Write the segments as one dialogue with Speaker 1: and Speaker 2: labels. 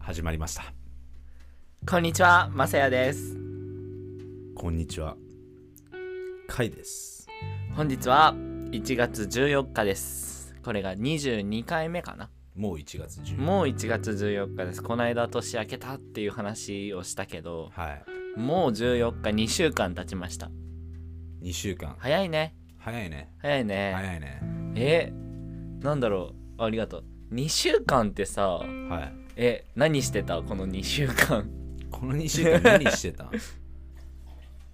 Speaker 1: 始まりました
Speaker 2: こんにちは、まさやです。
Speaker 1: こんにちはカイです
Speaker 2: 本日は1月14日です。これが22回目かな。
Speaker 1: もう1月10
Speaker 2: もう1月14日です。この間年明けたっていう話をしたけど、
Speaker 1: はい
Speaker 2: もう14日2週間経ちました。
Speaker 1: 2週間
Speaker 2: 早いね。
Speaker 1: 早いね
Speaker 2: 早いね。
Speaker 1: 早いね
Speaker 2: え、なんだろう。ありがとう。2週間ってさ、
Speaker 1: はい
Speaker 2: え、何してたこの2週間。
Speaker 1: この2週間何して た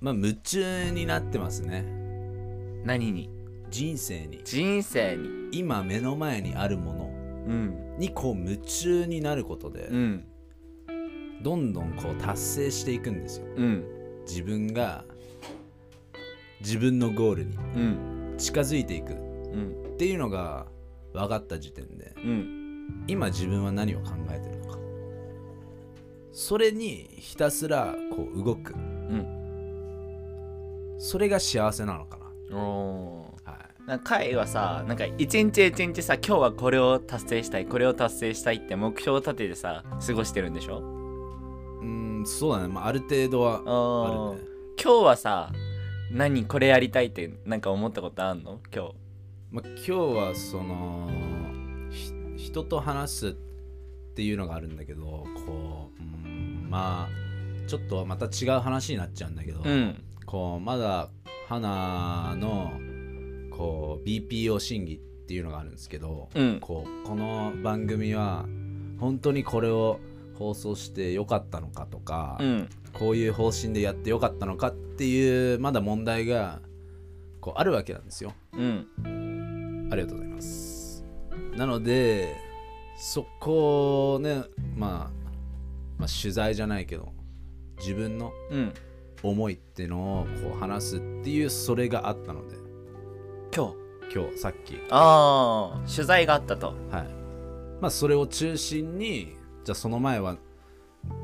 Speaker 1: まあ夢中になってますね
Speaker 2: 何に
Speaker 1: 人生に
Speaker 2: 人生に。
Speaker 1: 今目の前にあるもの
Speaker 2: うん。
Speaker 1: にこう夢中になることで、
Speaker 2: うん。
Speaker 1: どんどんこう達成していくんですよ
Speaker 2: うん。
Speaker 1: 自分が自分のゴールに
Speaker 2: うん。
Speaker 1: 近づいていく
Speaker 2: うん。
Speaker 1: っていうのが分かった時点で
Speaker 2: うん。
Speaker 1: 今自分は何を考えてるのかそれにひたすらこう動く
Speaker 2: うん。
Speaker 1: それが幸せなのか
Speaker 2: おー。
Speaker 1: な、はい、
Speaker 2: なんか会はさなんか一日一日さ今日はこれを達成したいこれを達成したいって目標を立ててさ過ごしてるんでしょ
Speaker 1: うーんそうだね、まあ、ある程度はあ
Speaker 2: あ
Speaker 1: るね
Speaker 2: ー、今日はさ何これやりたいってなんか思ったことあんの今日
Speaker 1: まあ、今日はそのひ人と話すっていうのがあるんだけどこううーんまあちょっとまた違う話になっちゃうんだけど、
Speaker 2: うん
Speaker 1: こうまだ花のこう BPO 審議っていうのがあるんですけど、
Speaker 2: うん
Speaker 1: こうこの番組は本当にこれを放送してよかったのかとか、
Speaker 2: うん
Speaker 1: こういう方針でやってよかったのかっていうまだ問題がこうあるわけなんですよ。
Speaker 2: うん
Speaker 1: ありがとうございます。なのでそこをね、まあ、まあ取材じゃないけど自分の
Speaker 2: うん
Speaker 1: 思いってのをこう話すっていうそれがあったので
Speaker 2: 今日
Speaker 1: 今日さっき
Speaker 2: ああ取材があったと
Speaker 1: はいまあそれを中心にじゃあその前は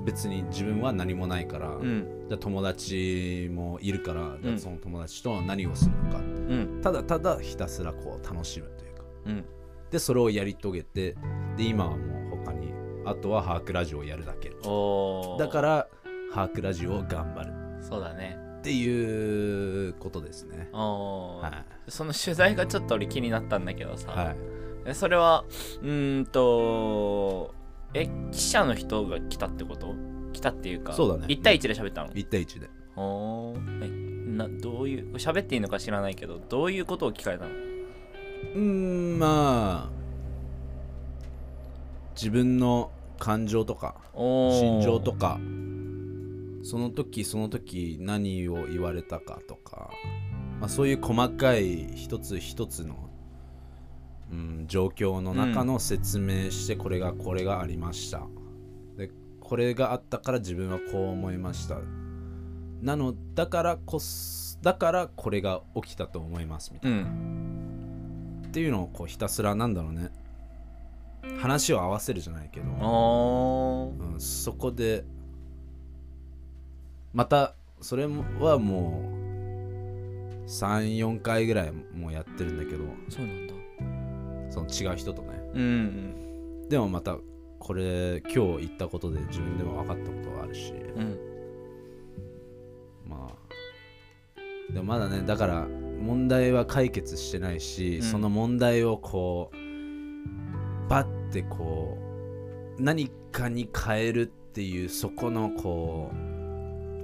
Speaker 1: 別に自分は何もないから、
Speaker 2: うん
Speaker 1: じゃあ友達もいるからじゃ
Speaker 2: う
Speaker 1: あ
Speaker 2: ん
Speaker 1: その友達と何をするのか、
Speaker 2: うん
Speaker 1: ただただひたすらこう楽しむというか
Speaker 2: うん
Speaker 1: でそれをやり遂げてで今はもう他にあとはハークラジオをやるだけ
Speaker 2: おお
Speaker 1: だかららハークラジオを頑張る
Speaker 2: そうだね
Speaker 1: っていうことですね
Speaker 2: おお、
Speaker 1: は
Speaker 2: その取材がちょっと俺気になったんだけどさ、
Speaker 1: い、はい
Speaker 2: えそれはうーんとえ記者の人が来たってこと来たっていうか
Speaker 1: そうだね
Speaker 2: 1対1で喋ったの、
Speaker 1: 1対1で
Speaker 2: ほーえなどういう喋っていいのか知らないけどどういうことを聞かれたの
Speaker 1: うーんまあ自分の感情とか
Speaker 2: おー
Speaker 1: 心情とかその時その時何を言われたかとか、まあ、そういう細かい一つ一つの、うん、状況の中の説明してこれがこれがありました、でこれがあったから自分はこう思いましたなのだからこそだからこれが起きたと思いますみたいな
Speaker 2: うん
Speaker 1: っていうのをこうひたすらなんだろうね話を合わせるじゃないけど、
Speaker 2: おー
Speaker 1: うん、そこでまたそれはもう34回ぐらいもうやってるんだけど
Speaker 2: そうなんだ
Speaker 1: その違う人とね
Speaker 2: うん
Speaker 1: でもまたこれ今日言ったことで自分でも分かったことがあるし
Speaker 2: うんうん
Speaker 1: まあでもまだねだから問題は解決してないし、
Speaker 2: うん
Speaker 1: その問題をこうバッてこう何かに変えるっていうそこのこう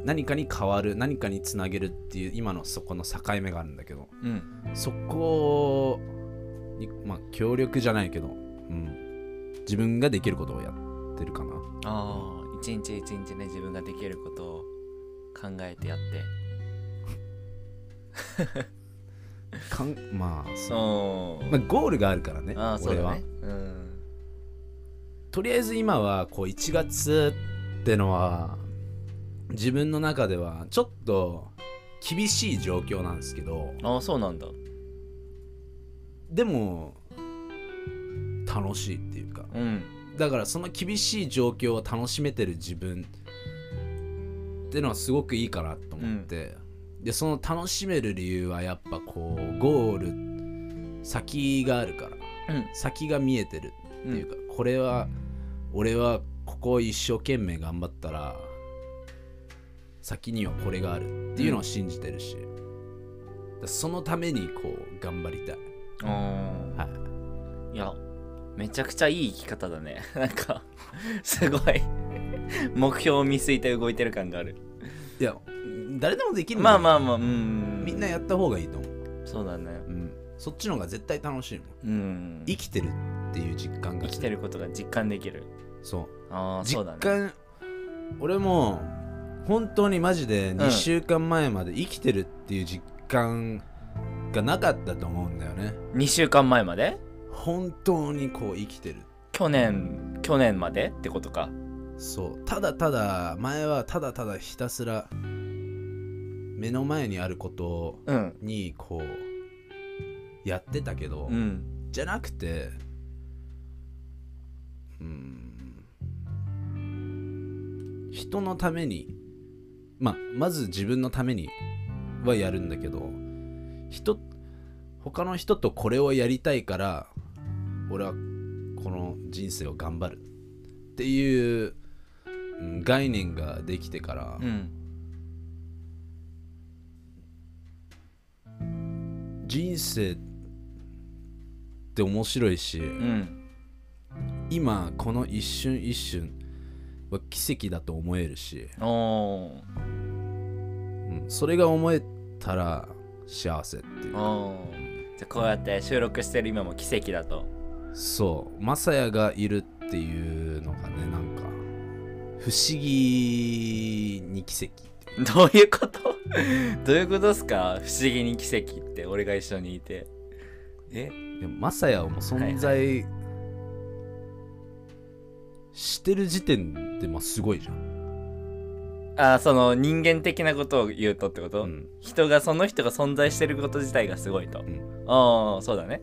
Speaker 1: 何かに変わる何かにつなげるっていう今のそこの境目があるんだけど
Speaker 2: うん
Speaker 1: そこにまあ協力じゃないけど、うん、自分ができることをやってるかな
Speaker 2: ああ一日一日ね自分ができることを考えてやって
Speaker 1: かんまあそう、
Speaker 2: おー
Speaker 1: まあ、ゴールがあるからね
Speaker 2: ああそう
Speaker 1: 俺
Speaker 2: だ
Speaker 1: は
Speaker 2: ね。うん
Speaker 1: とりあえず今はこう1月ってのは自分の中ではちょっと厳しい状況なんですけど
Speaker 2: ああそうなんだ
Speaker 1: でも楽しいっていうか
Speaker 2: うん
Speaker 1: だからその厳しい状況を楽しめてる自分ってのはすごくいいかなと思って、でその楽しめる理由はやっぱこうゴール先があるから
Speaker 2: うん
Speaker 1: 先が見えてるっていうか、これは俺はここを一生懸命頑張ったら先にはこれがあるっていうのを信じてるし、だそのためにこう頑張りたい、
Speaker 2: うん
Speaker 1: はい、
Speaker 2: いやめちゃくちゃいい生き方だね なんかすごい 目標を見据えて動いてる感がある
Speaker 1: いや誰でもできるんだ
Speaker 2: ま
Speaker 1: よ
Speaker 2: あまあまあうん
Speaker 1: みんなやった方がいいと思う、
Speaker 2: そうだね
Speaker 1: うん、そっちの方が絶対楽しいもん
Speaker 2: うん
Speaker 1: 生きてるっていう実感が
Speaker 2: 生きてることが実感できる
Speaker 1: そう
Speaker 2: ああそ
Speaker 1: 実
Speaker 2: うだね
Speaker 1: 感、俺も本当にマジで2週間前まで生きてるっていう実感がなかったと思うんだよね
Speaker 2: 2週間前まで
Speaker 1: 本当にこう生きてる
Speaker 2: 去年去年までってことか
Speaker 1: そうただただ前はただただひたすら目の前にあること
Speaker 2: うん
Speaker 1: にこうやってたけど、
Speaker 2: うん
Speaker 1: じゃなくてうん人のためにまあまず自分のためにはやるんだけど人他の人とこれをやりたいから俺はこの人生を頑張るっていう、うん概念ができてから、
Speaker 2: うん
Speaker 1: 人生って面白いし、
Speaker 2: うん
Speaker 1: 今この一瞬一瞬は奇跡だと思えるし、
Speaker 2: おお
Speaker 1: うん、それが思えたら幸せっていう
Speaker 2: ーおーじゃあこうやって収録してる今も奇跡だと
Speaker 1: そうマサヤがいるっていうのがねなんか不思議に奇跡
Speaker 2: どういうこと どういうことっすか不思議に奇跡って俺が一緒にいてえ
Speaker 1: でもマサヤをもう存在してる時点でまあすごいじゃん、
Speaker 2: あその人間的なことを言うとってこと、
Speaker 1: うん
Speaker 2: 人がその人が存在してること自体がすごいと、
Speaker 1: ん
Speaker 2: ああそうだね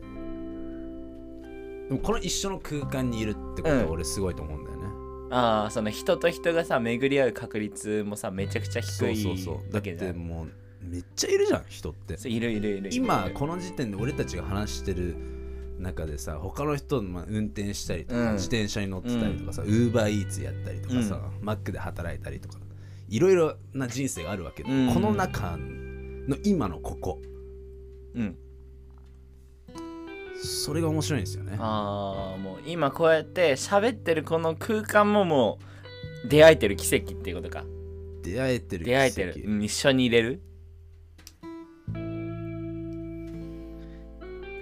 Speaker 1: でもこの一緒の空間にいるってことは
Speaker 2: うん
Speaker 1: 俺すごいと思うんだよね、
Speaker 2: ああその人と人がさ巡り合う確率もさめちゃくちゃ
Speaker 1: そ
Speaker 2: 低
Speaker 1: う
Speaker 2: い
Speaker 1: そうそうだ
Speaker 2: わ
Speaker 1: っ
Speaker 2: けじゃ
Speaker 1: て
Speaker 2: ん
Speaker 1: もうめっちゃいるじゃん人って
Speaker 2: そういるいるいるいる
Speaker 1: 今この時点で俺たちが話してる中でさ他の人のまあ運転したりとか、
Speaker 2: うん
Speaker 1: 自転車に乗ってたりとかさウーバーイーツやったりとかさ、マックで働いたりとかいろいろな人生があるわけで、
Speaker 2: うん
Speaker 1: この中の今のここ
Speaker 2: うん
Speaker 1: それが面白いんですよね
Speaker 2: ああもう今こうやって喋ってるこの空間ももう出会えてる奇跡っていうことか
Speaker 1: 出会えてる奇跡
Speaker 2: 出会えてる、うん一緒にいれる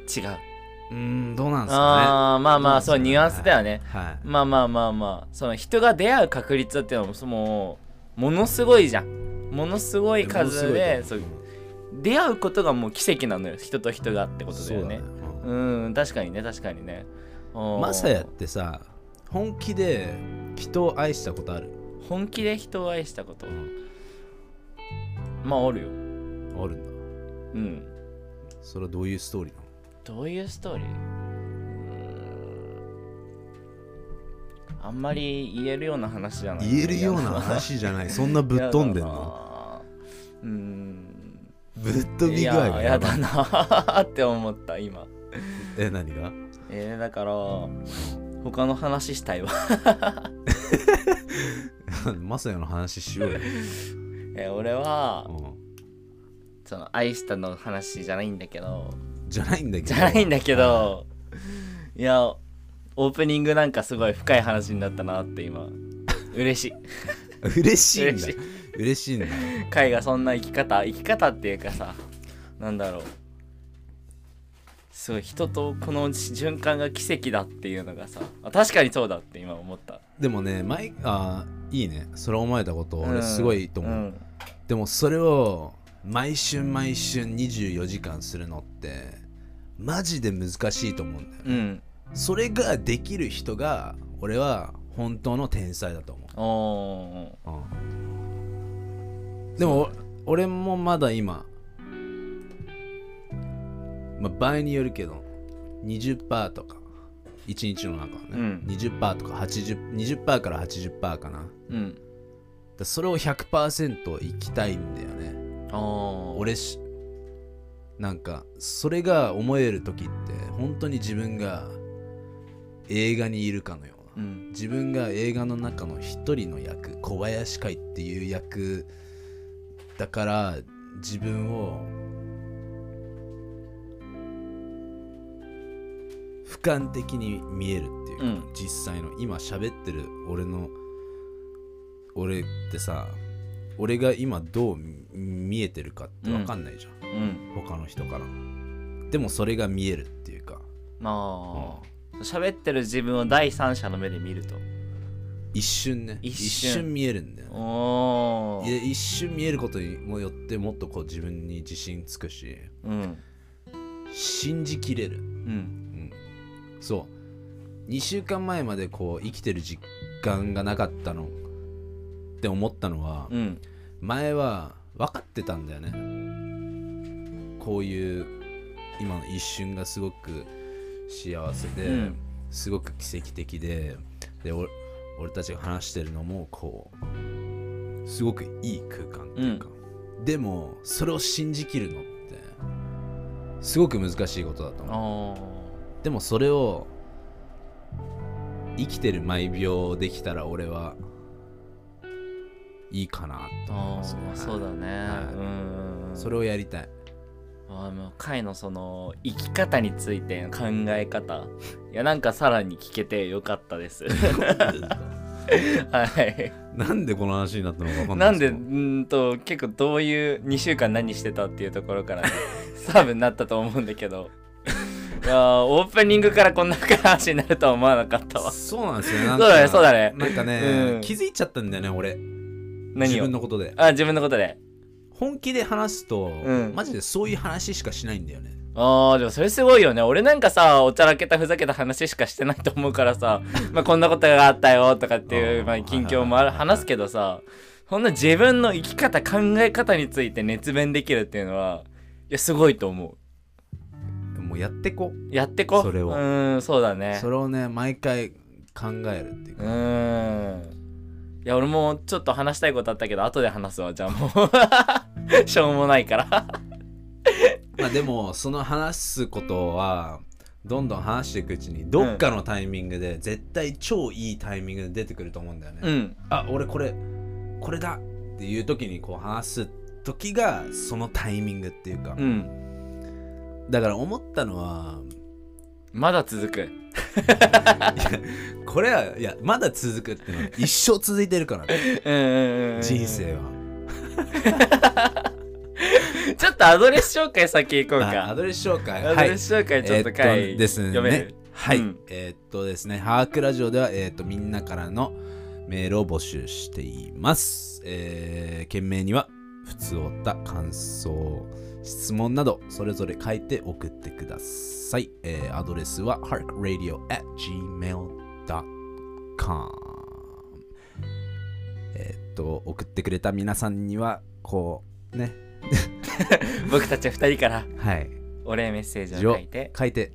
Speaker 2: 違う
Speaker 1: うーんどうなんですか
Speaker 2: あーまあまあ
Speaker 1: そ
Speaker 2: そうう
Speaker 1: ですね
Speaker 2: ニュアンスだよね
Speaker 1: ねはい
Speaker 2: まあまあまあまあその人が出会う確率っていうのもそもうものすごいじゃんものすごい数でそう出会うことがもう奇跡なのよ人と人がってことだ
Speaker 1: そう
Speaker 2: よ
Speaker 1: だね
Speaker 2: ね
Speaker 1: うん
Speaker 2: うん確かにね確かにねおー
Speaker 1: マサヤってさ本気で人を愛したことある
Speaker 2: 本気で人を愛したこと
Speaker 1: ん
Speaker 2: まあおるよ
Speaker 1: あるんだ
Speaker 2: うん
Speaker 1: それはどういうストーリーなの
Speaker 2: どういうストーリーうーんあんまり言えるような話じゃない
Speaker 1: 言えるような
Speaker 2: 話
Speaker 1: 話じゃないそんなぶっ飛んでんの
Speaker 2: うーん
Speaker 1: ぶっ飛び具合が
Speaker 2: いやや
Speaker 1: ばい
Speaker 2: だなって思った今
Speaker 1: え何が
Speaker 2: えー、だから他の話したいわ、
Speaker 1: マサヤの話し ようよ、
Speaker 2: えー俺は
Speaker 1: うん
Speaker 2: その愛したの話じゃないんだけど
Speaker 1: じゃないんだけど
Speaker 2: じゃないんだけどいやオープニングなんかすごい深い話になったなって今嬉しい
Speaker 1: 嬉しいんだ
Speaker 2: 嬉しい
Speaker 1: 嬉しいんだ
Speaker 2: 海がそんな生き方生き方っていうかさなんだろうすごい人とこの循環が奇跡だっていうのがさあ確かにそうだって今思った
Speaker 1: でもね前あいいねそれ思えたこと
Speaker 2: う
Speaker 1: 俺
Speaker 2: ん
Speaker 1: すごいいいと思う、
Speaker 2: ん
Speaker 1: でもそれを毎春毎春24時間するのってマジで難しいと思うんだよ、
Speaker 2: うん
Speaker 1: それができる人が俺は本当の天才だと思う
Speaker 2: おお
Speaker 1: でもお俺もまだ今、まあ、倍によるけど20%とか1日の中はね、
Speaker 2: うん
Speaker 1: 20%とか80 20%から80%かな
Speaker 2: うん
Speaker 1: だそれを100%いきたいんだよね
Speaker 2: おお
Speaker 1: 俺しなんかそれが思える時って本当に自分が映画にいるかのような
Speaker 2: うん
Speaker 1: 自分が映画の中の一人の役小林会っていう役だから自分を俯瞰的に見えるっていうか、
Speaker 2: うん
Speaker 1: 実際の今喋ってる俺の俺ってさ俺が今どう見見えてるかって分かんないじゃん、
Speaker 2: うん
Speaker 1: 他の人からでもそれが見えるっていうか
Speaker 2: まあ喋ってる自分を第三者の目で見ると
Speaker 1: 一瞬ね
Speaker 2: 一瞬
Speaker 1: 見えるんだよね
Speaker 2: おお
Speaker 1: いや一瞬見えることにもよってもっとこう自分に自信つくし
Speaker 2: うん
Speaker 1: 信じきれる
Speaker 2: うん
Speaker 1: そう2週間前までこう生きてる実感がなかったのって思ったのは、
Speaker 2: うん
Speaker 1: 前は分かってたんだよねこういう今の一瞬がすごく幸せで、
Speaker 2: うん
Speaker 1: すごく奇跡的でで俺俺たちが話してるのもこうすごくいい空間っていうか、でもそれを信じきるのってすごく難しいことだと思う
Speaker 2: おー
Speaker 1: でもそれを生きてる毎秒できたら俺はいいかなと思い
Speaker 2: あ
Speaker 1: ます
Speaker 2: ー
Speaker 1: ね
Speaker 2: そうだね、
Speaker 1: はい
Speaker 2: うん
Speaker 1: それをやり たい
Speaker 2: あーもう回のその生き方についての考え方いやなんかさらに聞けてよかった ですはい
Speaker 1: なんでこの話になったのか分かんな
Speaker 2: ないんで
Speaker 1: す
Speaker 2: う
Speaker 1: けど
Speaker 2: ーんと結構どういう2週間何してたっていうところから、ね、 サーブになったと思うんだけ どいやーオープニングからこんな深い話になるとは思わなかったわ
Speaker 1: そうなんですよなん
Speaker 2: そうだ
Speaker 1: か
Speaker 2: ねそうだね
Speaker 1: なんかね、
Speaker 2: うん
Speaker 1: 気づいちゃったんだよね俺自
Speaker 2: 何を
Speaker 1: 分のことで
Speaker 2: あ自分のことで
Speaker 1: 本気で話すと、
Speaker 2: うん
Speaker 1: マジでそういう話しかしないんだよね
Speaker 2: あーでもそれすごいよね俺なんかさおちゃらけたふざけた話しかしてないと思うから さ、まあ、こんなことがあったよとかっていう
Speaker 1: あー
Speaker 2: まあ、近況もある
Speaker 1: はいはいはいはい
Speaker 2: 話すけどさそんな自分の生き方考え方について熱弁できるっていうのはいやすごいと思
Speaker 1: もうやってこ
Speaker 2: うやってこ
Speaker 1: それを
Speaker 2: うーんそうだね
Speaker 1: それをね毎回考えるっていう
Speaker 2: う
Speaker 1: か、
Speaker 2: ーんいや俺もちょっと話したいことあったけど後で話すわじゃあも うしょうもないから
Speaker 1: まあでもその話すことはどんどん話していくうちにどっかのタイミングで絶対超いいタイミングで出てくると思うんだよね、
Speaker 2: うん
Speaker 1: あ俺これこれだっていう時にこう話す時がそのタイミングっていうか、
Speaker 2: うん
Speaker 1: だから思ったのは
Speaker 2: まだ続く
Speaker 1: これはいやまだ続くっていうのは一生続いてるからね
Speaker 2: うんうんうんうん
Speaker 1: 人生は
Speaker 2: ちょっとアドレス紹介先行こう
Speaker 1: あ
Speaker 2: か
Speaker 1: アドレス紹介
Speaker 2: ア
Speaker 1: は
Speaker 2: ド
Speaker 1: い
Speaker 2: レス紹 介ちょっと書い、
Speaker 1: えーっとです
Speaker 2: 読め
Speaker 1: ね
Speaker 2: る。
Speaker 1: はい。
Speaker 2: うん
Speaker 1: えーっとですね、ハークラジオでは、えーっと、みんなからのメールを募集しています。えー、件名には、普通おった感想、質問など、それぞれ書いて送ってください。えーアドレスは、harkradio.gmail.com。えーっと、送ってくれた皆さんには、こう、ね、
Speaker 2: 僕たち二人から
Speaker 1: はい、
Speaker 2: お礼メッセージを書いて
Speaker 1: 書いて、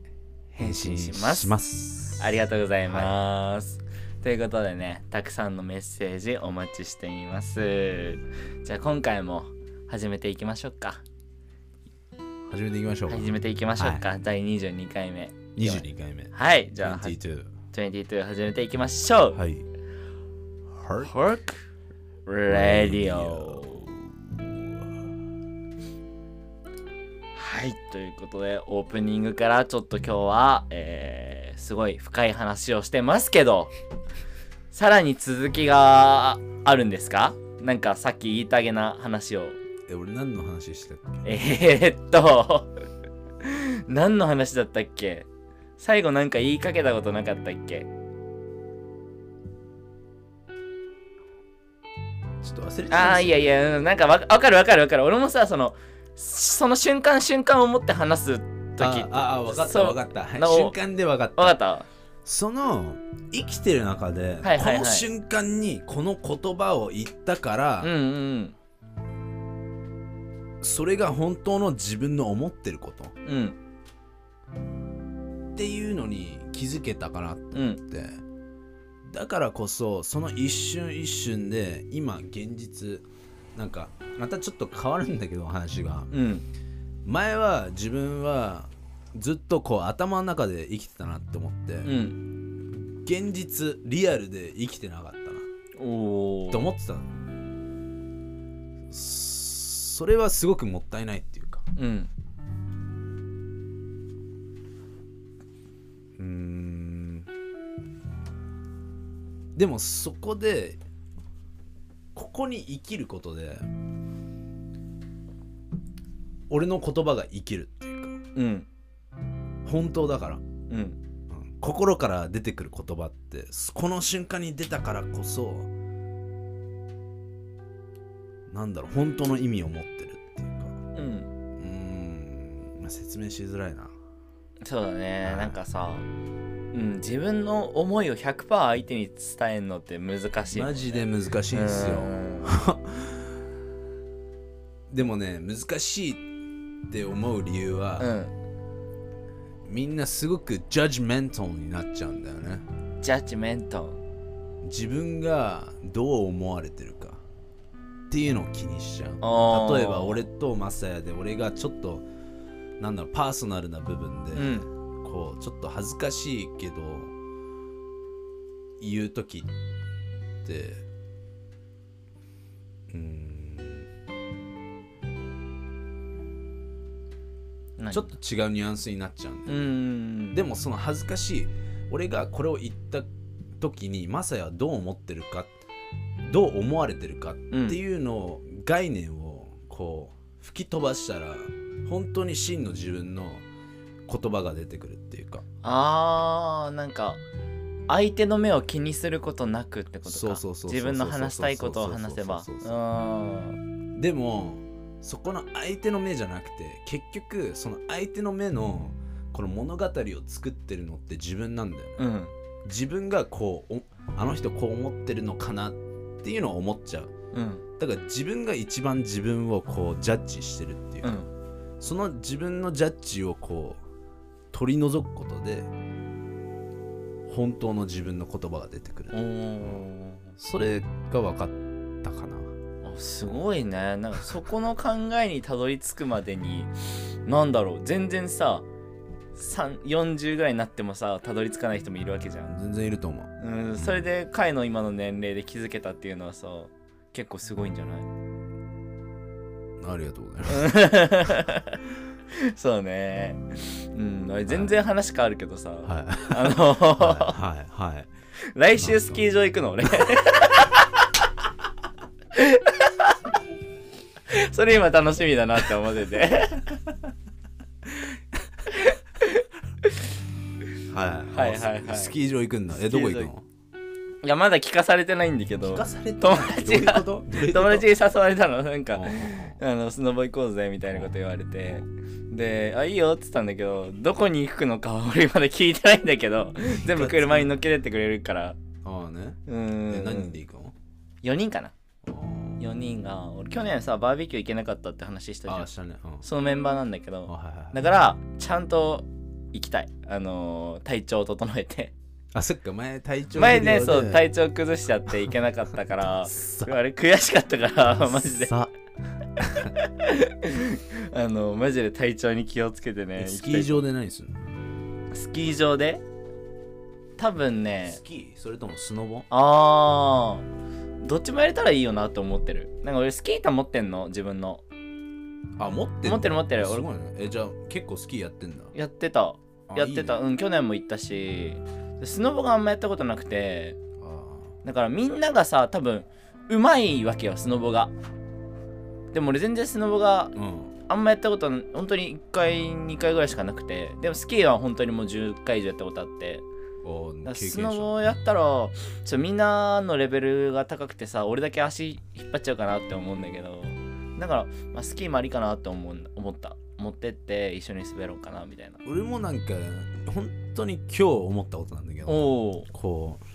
Speaker 1: 返信します。
Speaker 2: しありがとうございます、ということでねたくさんのメッセージお待ちしていますじゃあ今回も始めていきましょうか
Speaker 1: 始めていきましょうか。
Speaker 2: 始めていきましょうか、第22回目
Speaker 1: 22回目。
Speaker 2: はいじゃあ
Speaker 1: 22。
Speaker 2: 22始めていきましょう、
Speaker 1: はい。Heart
Speaker 2: Pork Radio はいということでオープニングからちょっと今日は、えーすごい深い話をしてますけどさらに続きがあるんですかなんかさっき言いたげな話を
Speaker 1: え、俺何の話してたっけ
Speaker 2: えー、っと何の話だったっけ最後なんか言いかけたことなかったっけ
Speaker 1: ちょっと忘れて
Speaker 2: ああい
Speaker 1: や。
Speaker 2: やいやうんなんかわわかるわかるわかる俺もさそのその瞬間瞬間を持って話す時
Speaker 1: あああ、分かった
Speaker 2: そう
Speaker 1: 分かった。はい
Speaker 2: なお
Speaker 1: 瞬間で分かった。
Speaker 2: わかった
Speaker 1: その、生きてる中で、
Speaker 2: はいはいはい
Speaker 1: この瞬間にこの言葉を言ったから、
Speaker 2: うんうん
Speaker 1: それが本当の自分の思ってることっ
Speaker 2: うん
Speaker 1: ていうのに気づけたかなって
Speaker 2: う。ん
Speaker 1: だからこそその一瞬一瞬で今現実なんかまたちょっと変わるんだけど話が
Speaker 2: うん
Speaker 1: 前は自分はずっとこう頭の中で生きてたなって思って、
Speaker 2: うん
Speaker 1: 現現実リアルで生きてなかったな
Speaker 2: お
Speaker 1: って
Speaker 2: お
Speaker 1: 思ってたのそそれはすごくもったいないっていうか
Speaker 2: うん
Speaker 1: うーんでもそこでここに生きることで俺の言葉が生きるっていうか
Speaker 2: うん
Speaker 1: 本当だから、
Speaker 2: うん
Speaker 1: うん心から出てくる言葉ってこの瞬間に出たからこそなんだろう本当の意味を持ってるっていうか
Speaker 2: うん
Speaker 1: うーんまあ説明しづらいな
Speaker 2: そうだね
Speaker 1: はい
Speaker 2: なんかさうん自分の思いを100%相手に伝えるのって難しいもんね
Speaker 1: マジで難しいんですよ
Speaker 2: うん
Speaker 1: でもね難しいって思う理由は、
Speaker 2: うん
Speaker 1: みんなすごくジャッジメントになっちゃうんだよね
Speaker 2: ジャッジメント
Speaker 1: 自分がどう思われてるかっていうのを気にしちゃ
Speaker 2: あー
Speaker 1: う例えば俺とマサヤで俺がちょっとなんだろうパーソナルな部分で、
Speaker 2: うん
Speaker 1: こうちょっと恥ずかしいけど言う時ってうーん
Speaker 2: 何
Speaker 1: ちょっと違うニュアンスになっちゃうんだよね
Speaker 2: うん
Speaker 1: でもその恥ずかしい俺がこれを言った時にマサヤはどう思ってるかどう思われてるかっていうのを、概念をこう吹き飛ばしたら本当に真の自分の言葉が出てくるっていうか
Speaker 2: あーなんか相手の目を気にすることなくってことか
Speaker 1: そうそうそうそう
Speaker 2: 自分の話したいことを話せば
Speaker 1: そうそうそううそう
Speaker 2: ーん
Speaker 1: でもそこの相手の目じゃなくて結局その相手の目のこの物語を作ってるのって自分なんだよね
Speaker 2: うん
Speaker 1: 自分がこうおあの人こう思ってるのかなっていうのを思っちゃう
Speaker 2: うん
Speaker 1: だから自分が一番自分をこうジャッジしてるっていう
Speaker 2: う
Speaker 1: か、
Speaker 2: ん
Speaker 1: その自分のジャッジをこう取り除くことで本当の自分の言葉が出てくる、
Speaker 2: おー
Speaker 1: それが分かったかな
Speaker 2: あすごいねなんかそこの考えにたどり着くまでになんだろう全然さ3 40ぐらいになってもさたどり着かない人もいるわけじゃん、
Speaker 1: 全然いると思う
Speaker 2: うん、それで彼の今の年齢で気づけたっていうのはさ結構すごいんじゃない
Speaker 1: ありがとうございます
Speaker 2: そうね。うん、俺全然話変わるけどさ、
Speaker 1: はい
Speaker 2: あの、
Speaker 1: はいはいはい
Speaker 2: 来週スキー場行くの俺。 それ今楽しみだなって思っ てて。
Speaker 1: はい
Speaker 2: はいはいはい
Speaker 1: スキー場行くんだえ
Speaker 2: スキー
Speaker 1: どこ
Speaker 2: 場行く
Speaker 1: 行くの
Speaker 2: いや、まだ聞かされてないんだけど、
Speaker 1: され
Speaker 2: 友達が
Speaker 1: どういうこと
Speaker 2: 友達に誘われたの、なん
Speaker 1: ど
Speaker 2: か
Speaker 1: う。いうこ
Speaker 2: あのスノボ行こうぜみたいなこと言われてで「あいいよ」っつったんだけどどこに行くのかは俺まだ聞いてないんだけ ど全部車に乗っけてってくれるから
Speaker 1: とああね
Speaker 2: うー
Speaker 1: え
Speaker 2: ん
Speaker 1: 何人で行くの
Speaker 2: 4人かな
Speaker 1: あー
Speaker 2: 4人が俺去年さバーベキュー行けなかったって話したじゃ
Speaker 1: あー
Speaker 2: ん
Speaker 1: したねうん
Speaker 2: そのメンバーなんだけ
Speaker 1: あ
Speaker 2: ど
Speaker 1: はいはいはい
Speaker 2: だからちゃんと行きたいあのー体調を整えて
Speaker 1: あそっか前体調
Speaker 2: 前
Speaker 1: 不良
Speaker 2: ね
Speaker 1: で
Speaker 2: そう体調崩しちゃって行けなかったか ら
Speaker 1: さ
Speaker 2: あれ悔しかったから マジで
Speaker 1: さ
Speaker 2: あのマジで体調に気をつけてね
Speaker 1: スキー
Speaker 2: 行き
Speaker 1: 場で何するの
Speaker 2: たいスキー場で多分ね
Speaker 1: スキーそれともスノボ
Speaker 2: あーどっちもやれたらいいよなと思ってるなんか俺スキー板持ってんの自分の
Speaker 1: あ持って
Speaker 2: 持ってる持ってる
Speaker 1: す
Speaker 2: 俺
Speaker 1: ごいねえじゃあ結構スキーやってんだ
Speaker 2: やってた
Speaker 1: あ
Speaker 2: やってた
Speaker 1: いいね
Speaker 2: うん去年も行ったしスノボがあんまやったことなくて
Speaker 1: あ
Speaker 2: だからみんながさ多分うまいわけよスノボがでも俺全然スノボが
Speaker 1: ーうん
Speaker 2: あんまやったことな本当に1回2回ぐらいしかなくてでもスキーは本当にもう10回以上やったことあって
Speaker 1: お
Speaker 2: だから
Speaker 1: 経験
Speaker 2: ス
Speaker 1: 者
Speaker 2: ノボやったらちょっとみんなのレベルが高くてさ俺だけ足引っ張っちゃうかなって思うんだけどだから、まあ、スキーもありかなって思う思った持ってって一緒に滑ろうかなみたいな
Speaker 1: 俺もなんか本当に今日思ったことなんだけど
Speaker 2: おお
Speaker 1: こう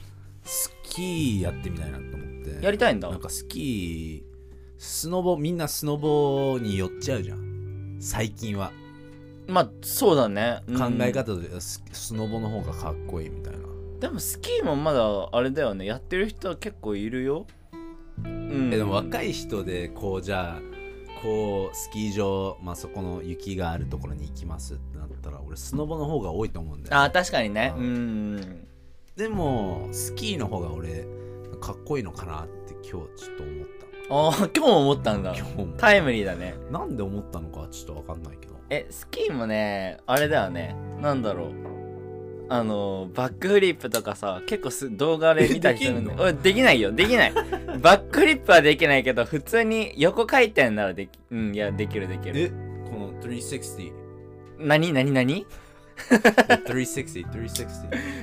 Speaker 1: スキーやってみたいなと思って
Speaker 2: やりたいんだ
Speaker 1: なんかスキースノボみんなスノボに寄っちゃうじゃん最近は
Speaker 2: まあそうだねうん
Speaker 1: 考え方でススノボの方がかっこいいみたいな
Speaker 2: でもスキーもまだあれだよねやってる人は結構いるようん
Speaker 1: えでも若い人でこうじゃあこうスキー場、まあ、そこの雪があるところに行きますってなったら俺スノボの方が多いと思うんだよ
Speaker 2: あ確かにね
Speaker 1: う
Speaker 2: うん
Speaker 1: でもスキーの方が俺かっこいいのかなって今日ちょっと思っ
Speaker 2: ああ、 今日も思ったん
Speaker 1: た
Speaker 2: だ。
Speaker 1: 今日も
Speaker 2: タイムリーだね。
Speaker 1: なんで思ったのかはちょっとわかんないけど
Speaker 2: え、スキーもね、あれだよね。なんだろう。あのー、バックフリップとかさ、結構す動画で見たりするんだ
Speaker 1: えできんの
Speaker 2: よ俺できないよ、できない。バックフリップはできないけど、普通に横回転ならでき、うん、いや、できるできる。
Speaker 1: えこの360
Speaker 2: 何何何
Speaker 1: 360 360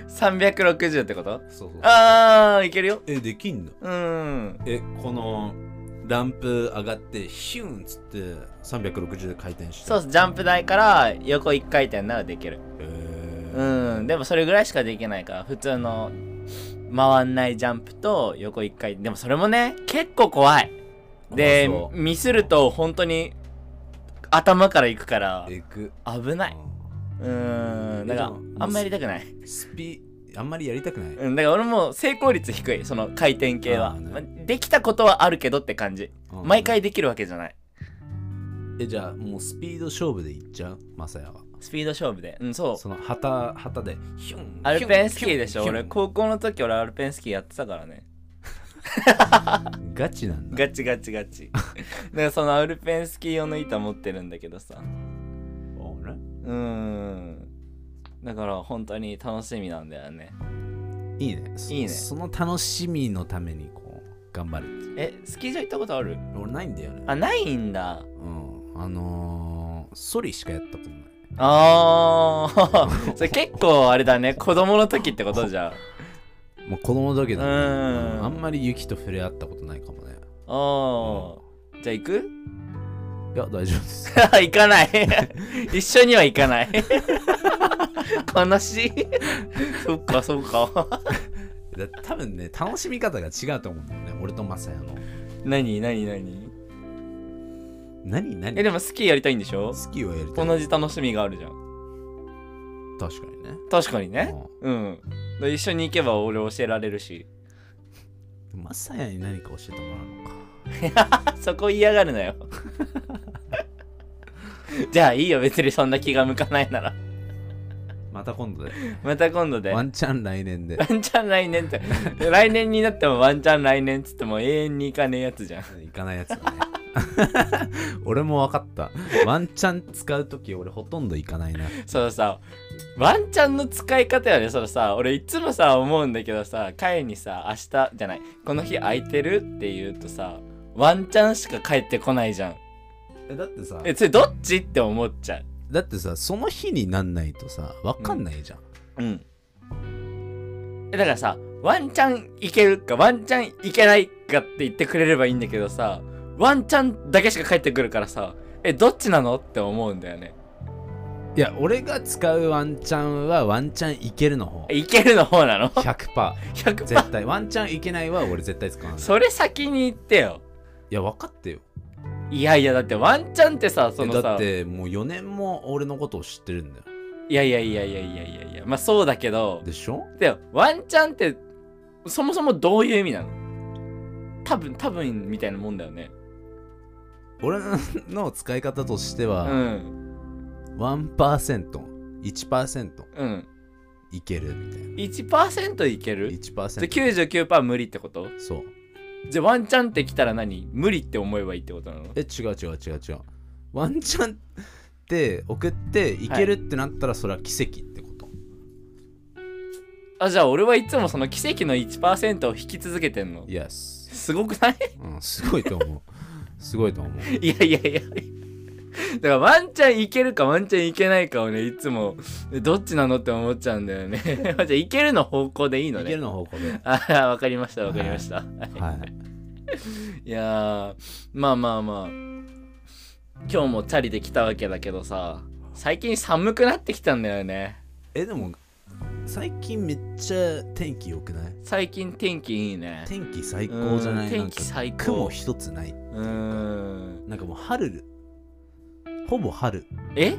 Speaker 2: ?360 ってこと
Speaker 1: そうそう
Speaker 2: あー、いけるよ。
Speaker 1: えできんの
Speaker 2: うーん。
Speaker 1: えこのランプ上がってヒュンっつって360で回転して
Speaker 2: そうそう、ジャンプ台から横1回転ならできる。
Speaker 1: へー
Speaker 2: うん、でもそれぐらいしかできないから、普通の回んないジャンプと横1回、でもそれもね、結構怖い。で
Speaker 1: まあそ、う
Speaker 2: ミスると本当に頭から行くから、
Speaker 1: えぐ
Speaker 2: 危ない。うん、だか
Speaker 1: でも
Speaker 2: ら、あんまやりたくない。
Speaker 1: うんスピあんまりやりたくない、
Speaker 2: うん、だから俺も成功率低い、その回転系は。
Speaker 1: あーね
Speaker 2: まあできたことはあるけどって感じ。
Speaker 1: うん
Speaker 2: 毎回できるわけじゃない。
Speaker 1: えじゃあもうスピード勝負でいっちゃうマサヤは
Speaker 2: スピード勝負で。うん、そう。
Speaker 1: その旗旗でヒュン
Speaker 2: アルペンスキーでしょ。
Speaker 1: ヒュンヒュン
Speaker 2: 俺、高校の時俺アルペンスキーやってたからね。
Speaker 1: ガチなんだ
Speaker 2: ガチガチガ チだからそのアルペンスキー用の板持ってるんだけどさ
Speaker 1: あれ
Speaker 2: うーんだから本当に楽しみなんだよね
Speaker 1: いいねそ
Speaker 2: いいね
Speaker 1: その楽しみのためにこう頑張る
Speaker 2: えスキー場行ったことある
Speaker 1: 俺ないんだよね
Speaker 2: あないんだ
Speaker 1: うんあのー、ソリしかやったことない
Speaker 2: あー それ結構あれだね子供の時ってことじゃ
Speaker 1: もう子供の時
Speaker 2: う
Speaker 1: だ、
Speaker 2: ー
Speaker 1: ね
Speaker 2: ん
Speaker 1: あんまり雪と触れ合ったことないかもね
Speaker 2: あーじゃあ行く
Speaker 1: いや大丈夫です
Speaker 2: 行かない 一緒には行かない 悲しい そっかそっか
Speaker 1: だ多分ね楽しみ方が違うと思うんだよね俺とマサヤの
Speaker 2: 何何何
Speaker 1: 何何
Speaker 2: えでもスキーやりたいんでしょ
Speaker 1: スキーはやりたい
Speaker 2: 同じ楽しみがあるじゃん
Speaker 1: 確かにね
Speaker 2: 確かにね
Speaker 1: うん
Speaker 2: うんで一緒に行けば俺教えられるし
Speaker 1: マサヤに何か教えてもらうのか。
Speaker 2: そこ嫌がるな よじゃあいいよ別にそんな気が向かないなら
Speaker 1: また今度で。
Speaker 2: また今度で
Speaker 1: ワ
Speaker 2: ワン
Speaker 1: ンチャン来年 で。
Speaker 2: チャン来年って来年になってもワンチャン来年っつっても永遠に行かねえやつじゃん
Speaker 1: 行かないやつだね。 俺も分かった。ワンチャン使うとき俺ほとんど行かないな。
Speaker 2: そのさワンチャンの使い方よねそのさ俺いつもさ思うんだけどさ会にさ明日じゃないこの日空いてるって言うとさワンチャンしか返ってこないじゃん
Speaker 1: えだってさ
Speaker 2: えそれどっちって思っちゃう
Speaker 1: だってさ、その日になんないとさ、分かんないじゃん。
Speaker 2: うんえだからさワンチャンいけるかワンチャンいけないかって言ってくれればいいんだけどさワンチャンだけしか返ってくるからさえどっちなのって思うんだよね
Speaker 1: いや、俺が使うワンチャンはワンチャンいけるの方
Speaker 2: え。いけるの方なの
Speaker 1: 100%。
Speaker 2: 100%?
Speaker 1: 絶対。ワンチャンいけないは俺絶対使わない。
Speaker 2: それ先に言ってよ
Speaker 1: いや、分かってよ。
Speaker 2: いやいやだってワンチャンってさそ
Speaker 1: え
Speaker 2: の
Speaker 1: だ
Speaker 2: さ
Speaker 1: ってもう4年も俺のことを知ってるんだよ。
Speaker 2: いやいやいやいやいやいやいやまあそうだけど
Speaker 1: でしょ
Speaker 2: でワンチャンってそもそもどういう意味なの多分多分みたいなもんだよね
Speaker 1: 俺の使い方として
Speaker 2: う
Speaker 1: は、
Speaker 2: ん
Speaker 1: 1%、1%
Speaker 2: うん
Speaker 1: いけるみたいな。
Speaker 2: 1%いけるで
Speaker 1: 1%。
Speaker 2: 99%無理ってこと
Speaker 1: そう。
Speaker 2: じゃあワンチャンって来たら何無理って思えばいいってことなの
Speaker 1: え、違う違う違う違う。ワンチャンって送っていけるってなったらそれは奇跡ってこと。
Speaker 2: あじゃあ俺はいつもその奇跡の1%を引き続けてんの
Speaker 1: Yes。
Speaker 2: すごくない
Speaker 1: うん、すごいと思う。すごいと思う。
Speaker 2: いやいやいやだからワンチャンいけるかワンチャンいけないかをねいつもどっちなのって思っちゃうんだよね じゃあいけるの方向でいいの
Speaker 1: いけ
Speaker 2: ね
Speaker 1: るの方向で。
Speaker 2: ああわかりましたわかりました、
Speaker 1: はい。
Speaker 2: いやーまあまあまあ今日もチャリで来たわけだけどさ最近寒くなってきたんだよね
Speaker 1: え、でも、最近めっちゃ天気良くない
Speaker 2: 最近天気いいね
Speaker 1: 天気最高じゃな
Speaker 2: う
Speaker 1: いなん
Speaker 2: ん天
Speaker 1: か
Speaker 2: 気最高
Speaker 1: 雲一つない。
Speaker 2: うーん
Speaker 1: なんかもう春、ほぼ春。
Speaker 2: え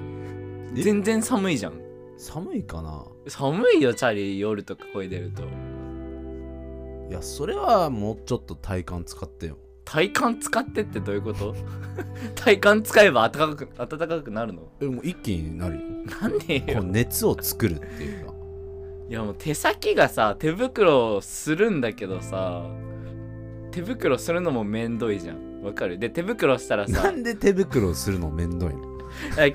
Speaker 2: 全然寒いじゃん
Speaker 1: 寒いかな
Speaker 2: 寒いよチャリ夜とか声出ると
Speaker 1: いや、それはもうちょっと体感使ってよ。
Speaker 2: 体感使ってってどういうこと 体感使えば暖かく暖かくなるの
Speaker 1: え、もう一気になるよ。
Speaker 2: なんで
Speaker 1: こう
Speaker 2: よ
Speaker 1: 熱を作るっていうか。
Speaker 2: いやもう手先がさ手袋をするんだけどさ手袋するのもめんどいじゃんわかるで手袋したら
Speaker 1: な
Speaker 2: さ
Speaker 1: んで手袋をするのめんどいの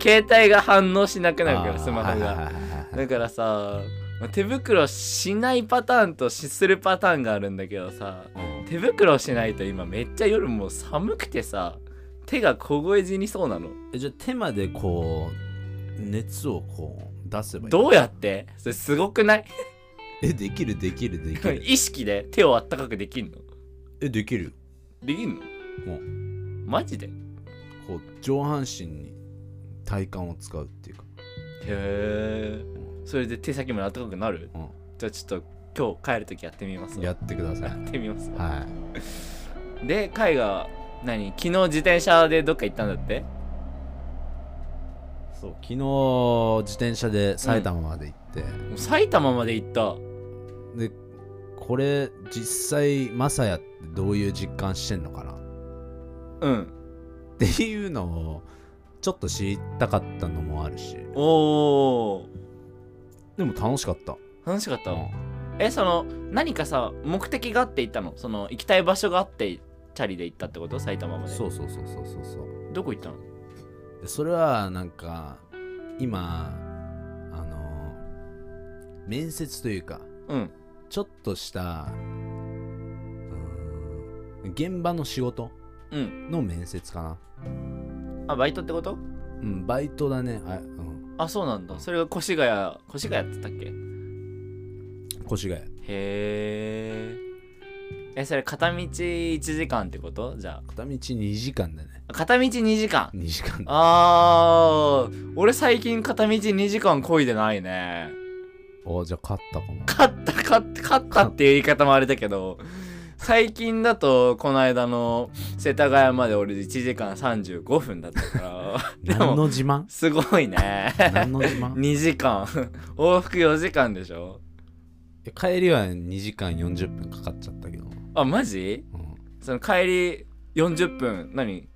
Speaker 2: 携帯が反応しなくなるか
Speaker 1: あ
Speaker 2: ら
Speaker 1: ー
Speaker 2: スマホ
Speaker 1: はいはいは
Speaker 2: が
Speaker 1: いはいはい
Speaker 2: だからさまあ手袋しないパターンとしするパターンがあるんだけどさ
Speaker 1: うん
Speaker 2: 手袋しないと今めっちゃ夜もう寒くてさ手が凍え死にそうなの
Speaker 1: えじゃあ手までこう熱をこう出せばいい
Speaker 2: どうやってそれすごくない
Speaker 1: えできるできるできる
Speaker 2: 意識で手をあったかくできんの
Speaker 1: えできるよ
Speaker 2: できんの
Speaker 1: もう
Speaker 2: マジでへ
Speaker 1: こう上半身に体幹を使うっていうか、
Speaker 2: えそれで手先まであったかくなる
Speaker 1: うん
Speaker 2: じゃあちょっと今日帰るときやってみます
Speaker 1: やってくださ
Speaker 2: や
Speaker 1: い
Speaker 2: ってみます
Speaker 1: は
Speaker 2: で海が何昨日自転車でどっか行ったんだって
Speaker 1: いそう昨日自転車で埼玉まで行って、
Speaker 2: もう埼玉まで行った
Speaker 1: でこれ実際マサヤってどういう実感してんのかな っ
Speaker 2: うん
Speaker 1: ていうのをちょっと知りたかったのもあるし
Speaker 2: おお
Speaker 1: でも楽しかった、
Speaker 2: 楽しかった、
Speaker 1: うん
Speaker 2: えその何かさ目的があって行ったのその行きたい場所があってチャリで行ったってこと埼玉まで
Speaker 1: そうそうそうそうそうそう
Speaker 2: どこ行ったの
Speaker 1: でそれはなんか今あの面接というか
Speaker 2: うん
Speaker 1: ちょっとしたうーん現場の仕事
Speaker 2: うん
Speaker 1: の面接かな、
Speaker 2: あバイトってこと
Speaker 1: うん、バイトだねあ、うん、
Speaker 2: あそうなんだそれが越谷越谷って言ったっけへ
Speaker 1: 越谷
Speaker 2: ええそれ片道1時間ってことじゃ
Speaker 1: 片道2時間だね
Speaker 2: あ片道2時間
Speaker 1: 2時間
Speaker 2: あー俺最近片道2時間漕いでないね
Speaker 1: おじゃあ勝ったかも
Speaker 2: 勝った勝った勝ったっていう言い方もあれだけど最近だとこの間の世田谷まで俺1時間35分だったから で
Speaker 1: 何
Speaker 2: も
Speaker 1: の自 慢
Speaker 2: すごいね
Speaker 1: 何の自慢
Speaker 2: 2時間往復4時間でしょ
Speaker 1: え帰りは2時間40分かかっちゃったけど、う
Speaker 2: あマジ
Speaker 1: ん、
Speaker 2: その帰り40分何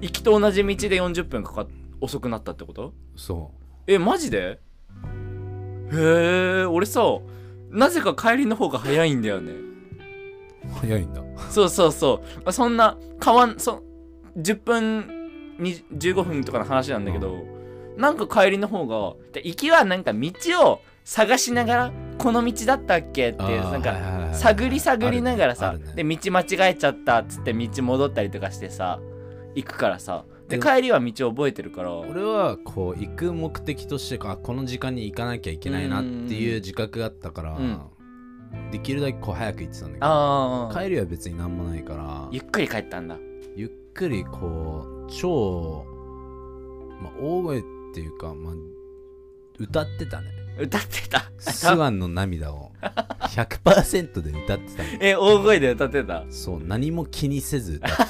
Speaker 2: 行きと同じ道で40分かかっ遅くなったってこと
Speaker 1: そ
Speaker 2: えマジでへえ俺さなぜか帰りの方が早いんだよね
Speaker 1: う早いんだ
Speaker 2: そうそうそう、まあ、そんな変わんそ10分に15分とかの話なんだけど、なんか帰りの方がで行きはなんか道を探しながらこの道だったっけっていうなんか
Speaker 1: か
Speaker 2: 探り探りながらさ、で
Speaker 1: で
Speaker 2: 道間違えちゃったっつって道戻ったりとかしてさ行くからさで
Speaker 1: で
Speaker 2: 帰りは道覚えてるから
Speaker 1: 俺はこう行く目的としてあこの時間に行かなきゃいけないなっていう自覚があったから、
Speaker 2: うん
Speaker 1: できるだけこう早く行ってたんだけど
Speaker 2: ああ
Speaker 1: 帰りは別になんもないから
Speaker 2: ゆっくり帰ったんだ
Speaker 1: ゆっくりこう超、まあ、大声っていうか、まあ、歌ってたね
Speaker 2: 歌ってた
Speaker 1: スワンの涙を100%で歌ってたね
Speaker 2: え大声で歌ってた
Speaker 1: そう何も気にせず歌って た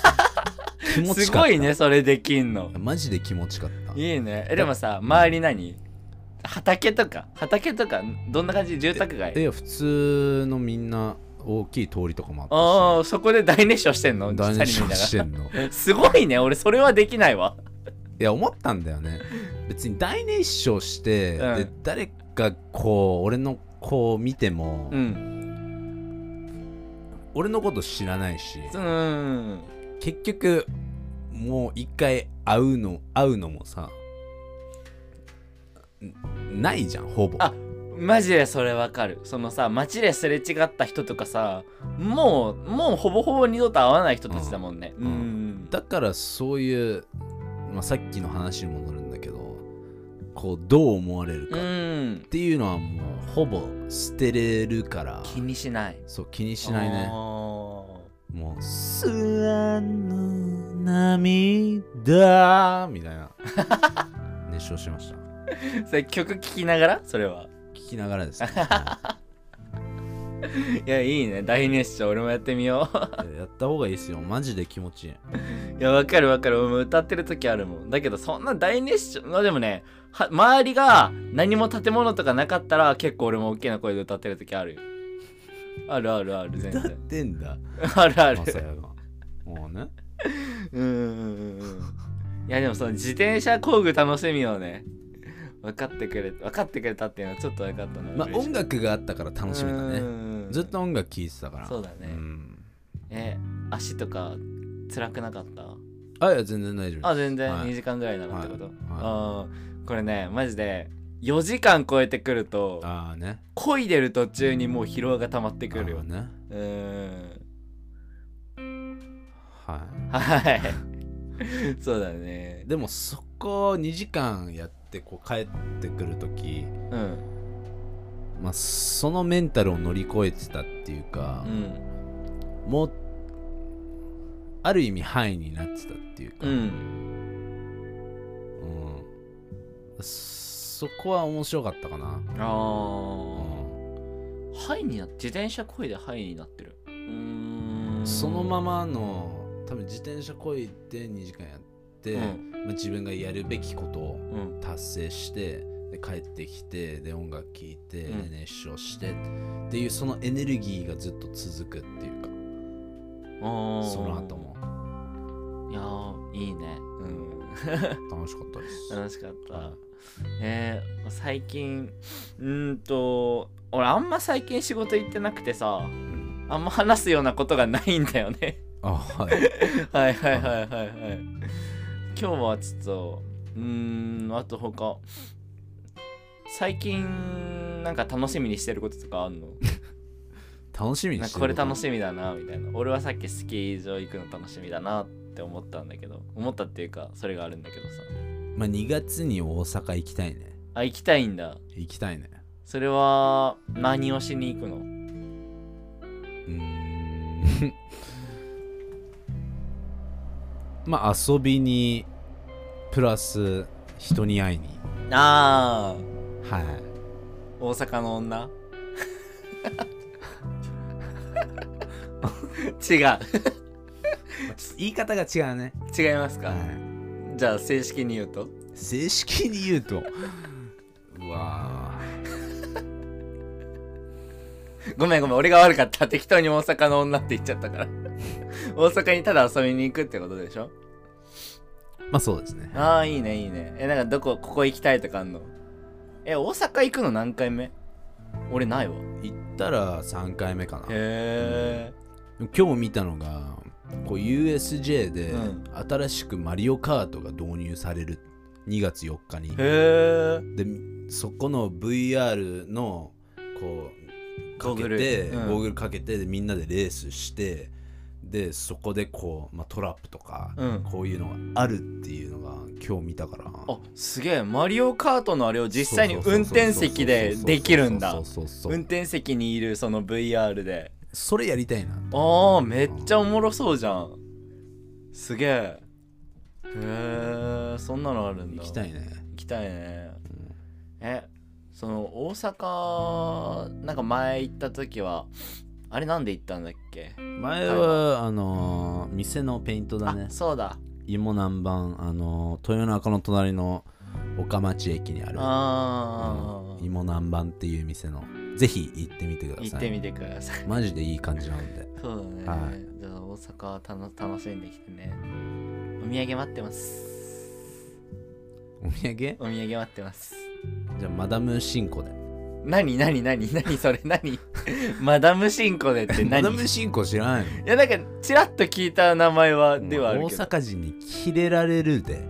Speaker 1: 気持ちよかった
Speaker 2: すごいねそれできんの
Speaker 1: マジで気持ちよかった
Speaker 2: いいねえでもさ周り何畑とか畑とかどんな感じ住宅
Speaker 1: い
Speaker 2: 街
Speaker 1: や普通のみんな大きい通りとかもあっ
Speaker 2: ああそこで大熱唱してんの
Speaker 1: たし大熱唱
Speaker 2: 二人
Speaker 1: してんのい
Speaker 2: 見ながらすごいね俺それはできないわ
Speaker 1: や思ったんだよね別に大熱唱して、
Speaker 2: うん
Speaker 1: で誰かこう俺の子を見ても、
Speaker 2: うん
Speaker 1: 俺のこと知らないし
Speaker 2: うん
Speaker 1: 結局もう一回会うの会うのもさんないじゃんほぼ
Speaker 2: あマジでそれわかるそのさ街ですれ違った人とかさもうもうほぼほぼ二度と会わない人たちだもんねう
Speaker 1: うん
Speaker 2: ん
Speaker 1: だからそういう、まあ、さっきの話に戻るんだけどこうどう思われる
Speaker 2: う
Speaker 1: かっ
Speaker 2: ん
Speaker 1: ていうのはもうほぼ捨てれるから
Speaker 2: 気にしない
Speaker 1: そう気にしないね
Speaker 2: あー
Speaker 1: もう「スワンの涙」みた いな熱唱しました
Speaker 2: それ曲聴きながらそれは
Speaker 1: 聞きながら ですね、
Speaker 2: いやいいね大熱唱俺もやってみよう
Speaker 1: やった方がいいですよマジで気持ちいい
Speaker 2: いや、わかるわかる。俺も歌ってる時あるもん。だけど、そんな大熱唱。まあでもね、は周りが何も建物とかなかったら、結構俺も大きな声で歌ってる時あるよ。あるあるある、全
Speaker 1: 歌っ
Speaker 2: 然。
Speaker 1: てんだ
Speaker 2: あるある
Speaker 1: マ。サヤがもうね
Speaker 2: うんうんうんうん。いや、でもその自転車工具楽しみよね。分かってくれ分かってくれたっていうのはちょっと分かったね
Speaker 1: まあ音楽があったから楽しめたね
Speaker 2: ね
Speaker 1: ずっと音楽聴いてたから
Speaker 2: そうだね
Speaker 1: ん
Speaker 2: え足とか辛くなかった
Speaker 1: あいや全然大丈夫
Speaker 2: あ全然
Speaker 1: はい
Speaker 2: 2時間ぐらいならってこと、
Speaker 1: はい
Speaker 2: あーこれねマジで4時間超えてくると
Speaker 1: ああね
Speaker 2: 漕いでる途中にもう疲労が溜まってくるよ
Speaker 1: あーね
Speaker 2: うーん
Speaker 1: は
Speaker 2: はい そうだね
Speaker 1: いでもそこ2時間やってこう帰ってくる時
Speaker 2: うん
Speaker 1: まあそのメンタルを乗り越えてたっていうか
Speaker 2: う、ん
Speaker 1: もうある意味範囲になってたっていうか、
Speaker 2: うん
Speaker 1: うんそこは面白かったかな、
Speaker 2: あ
Speaker 1: う
Speaker 2: あ
Speaker 1: ん
Speaker 2: ハイになって自転車漕いでハイになってるうーん
Speaker 1: そのままの多分自転車こいで2時間やって、
Speaker 2: うん
Speaker 1: まあ、自分がやるべきことを
Speaker 2: うん
Speaker 1: 達成してで帰ってきてで音楽聴いて、
Speaker 2: うん
Speaker 1: 熱唱してっていうそのエネルギーがずっと続くっていうか
Speaker 2: あー
Speaker 1: その後も
Speaker 2: いやーいいねうん
Speaker 1: 楽しかったです、
Speaker 2: 楽しかった
Speaker 1: は。
Speaker 2: えー、最近、うーんと、俺あんま最近仕事行ってなくてさ、
Speaker 1: うん
Speaker 2: あんま話すようなことがないんだよね。
Speaker 1: あはい、
Speaker 2: はいはいはいはいはい。 今日はちょっと、うーん、あと他、最近、なんか楽しみにしてることとかあ んの
Speaker 1: 楽しみに
Speaker 2: なん
Speaker 1: して
Speaker 2: かこれ楽
Speaker 1: し
Speaker 2: しみだな、みたいな。俺はさっきスキー場行くの楽しみだなって思ったんだけど、思ったっていうか、それがあるんだけどさ。
Speaker 1: まあ、2月に大阪行きたいね
Speaker 2: あ、行きたいんだ。
Speaker 1: 行きたいね
Speaker 2: それは何をしに行くの
Speaker 1: うーん まあ遊びにプラス人に会いに
Speaker 2: ああ
Speaker 1: はい
Speaker 2: 大阪の女 違う
Speaker 1: 言い方が違うね、
Speaker 2: 違いますか、
Speaker 1: は
Speaker 2: じゃあ正式に言うと
Speaker 1: い、正式に言うとうわ
Speaker 2: ごめんごめん俺が悪かった適当に大阪の女って言っちゃったから大阪にただ遊びに行くってことでしょ
Speaker 1: ーまあそうですね
Speaker 2: ああいいねいいねえなんかどこここ行きたいとかあんのえ大阪行くの何回目俺ないわ
Speaker 1: 行ったら3回目かな
Speaker 2: へ
Speaker 1: 今日見たのがこう USJ で
Speaker 2: うん
Speaker 1: 新しくマリオカートが導入される2月4日に
Speaker 2: えへえ
Speaker 1: でそこの VR のこうか
Speaker 2: ゴー
Speaker 1: け
Speaker 2: グル
Speaker 1: てゴ
Speaker 2: う
Speaker 1: ー,、
Speaker 2: ん
Speaker 1: グルかけてでみんなでレースしてでそこでこう、まあ、トラップとか、
Speaker 2: うん
Speaker 1: こういうのがあるっていうのが今日見たから
Speaker 2: あすげえマリオカートのあれを実際に
Speaker 1: そうそうそう
Speaker 2: 運転席でできるんだ
Speaker 1: そうそうそうそう
Speaker 2: 運転席にいるその VR で
Speaker 1: それやりたいな
Speaker 2: あーめっちゃおもろそうじゃんすげえへえそんなのあるんだ
Speaker 1: 行きたいね、
Speaker 2: 行きたいね
Speaker 1: うん
Speaker 2: えその大阪なんか前行った時はあれなんで行ったんだっけ
Speaker 1: 前はあのー店のペイントだね
Speaker 2: あそうだ
Speaker 1: 芋南蛮あのー豊中の隣の岡町駅にある
Speaker 2: あ
Speaker 1: うん
Speaker 2: ー
Speaker 1: 芋南蛮っていう店のぜひ行ってみてくだ
Speaker 2: 行
Speaker 1: さ
Speaker 2: っ
Speaker 1: い
Speaker 2: てみてください
Speaker 1: マジでいい感じなんで
Speaker 2: そうだね、
Speaker 1: は
Speaker 2: じゃあ大阪は楽楽しんできてねお土産待ってます
Speaker 1: お土産じ
Speaker 2: お土産待ってます
Speaker 1: ゃあマダムシンコで
Speaker 2: 何何何何それ何 マダムシンコでって
Speaker 1: マ
Speaker 2: 何
Speaker 1: ダムシンコ知らないの
Speaker 2: いやなんかちらっと聞いた名前はではある
Speaker 1: 大
Speaker 2: けど
Speaker 1: 阪人にキレられるで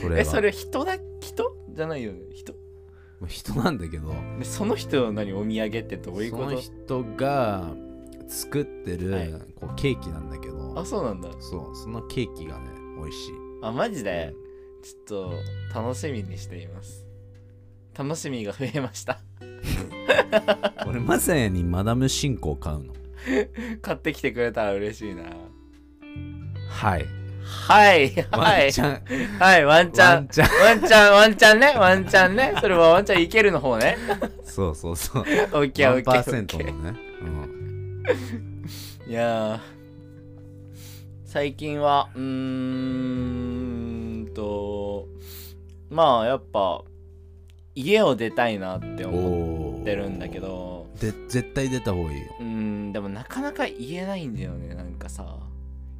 Speaker 1: それは
Speaker 2: えそれ人だ人じゃないよね人
Speaker 1: もう人なんだけど
Speaker 2: でその人の何お土産ってどういう
Speaker 1: そ
Speaker 2: こ
Speaker 1: の
Speaker 2: と
Speaker 1: 人が作ってる、
Speaker 2: はい
Speaker 1: こうケーキなんだけ
Speaker 2: あ
Speaker 1: ど
Speaker 2: そうなんだ
Speaker 1: そうそのケーキがね美味しい
Speaker 2: あマジでちょっと楽しみにしています楽しみが増えました
Speaker 1: 俺まさやにマダムシンコを買うの
Speaker 2: 買ってきてくれたら嬉しいな
Speaker 1: はい
Speaker 2: はいは
Speaker 1: ワン
Speaker 2: い
Speaker 1: チャン
Speaker 2: はいワンチ
Speaker 1: ワ
Speaker 2: ャ
Speaker 1: ン
Speaker 2: ン
Speaker 1: チャン
Speaker 2: ワンチャンワンチャンねワンチャンねそれはワンチャンいけるの方ね
Speaker 1: そうそうそう
Speaker 2: オッケーオッケーオッケ
Speaker 1: 1%
Speaker 2: ー
Speaker 1: のね、うん、
Speaker 2: いやー最近はうーんとまあやっぱ家を出たいなって思
Speaker 1: お
Speaker 2: ってるんだけど
Speaker 1: で絶対出た方がいいよ
Speaker 2: うーんでもなかなか言えないんだよねなんかさ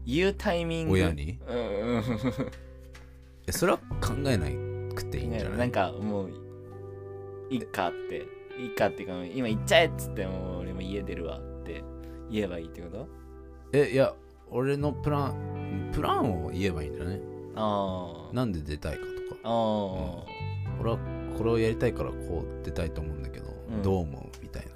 Speaker 2: 言うタイミング
Speaker 1: 親に
Speaker 2: うんうん
Speaker 1: えそれは考えないくっていいんじゃない
Speaker 2: ねなんかもういいっかっていいっかっていうか今行っちゃえっつってもう俺も家出るわって言えばいいってこと
Speaker 1: えいや俺のプランプランを言えばいいんじゃない
Speaker 2: ああ
Speaker 1: なんで出たいかとか
Speaker 2: あー
Speaker 1: 俺はこれをやりたいからこう出たいと思うんだけど、
Speaker 2: うん
Speaker 1: どう思うみたいな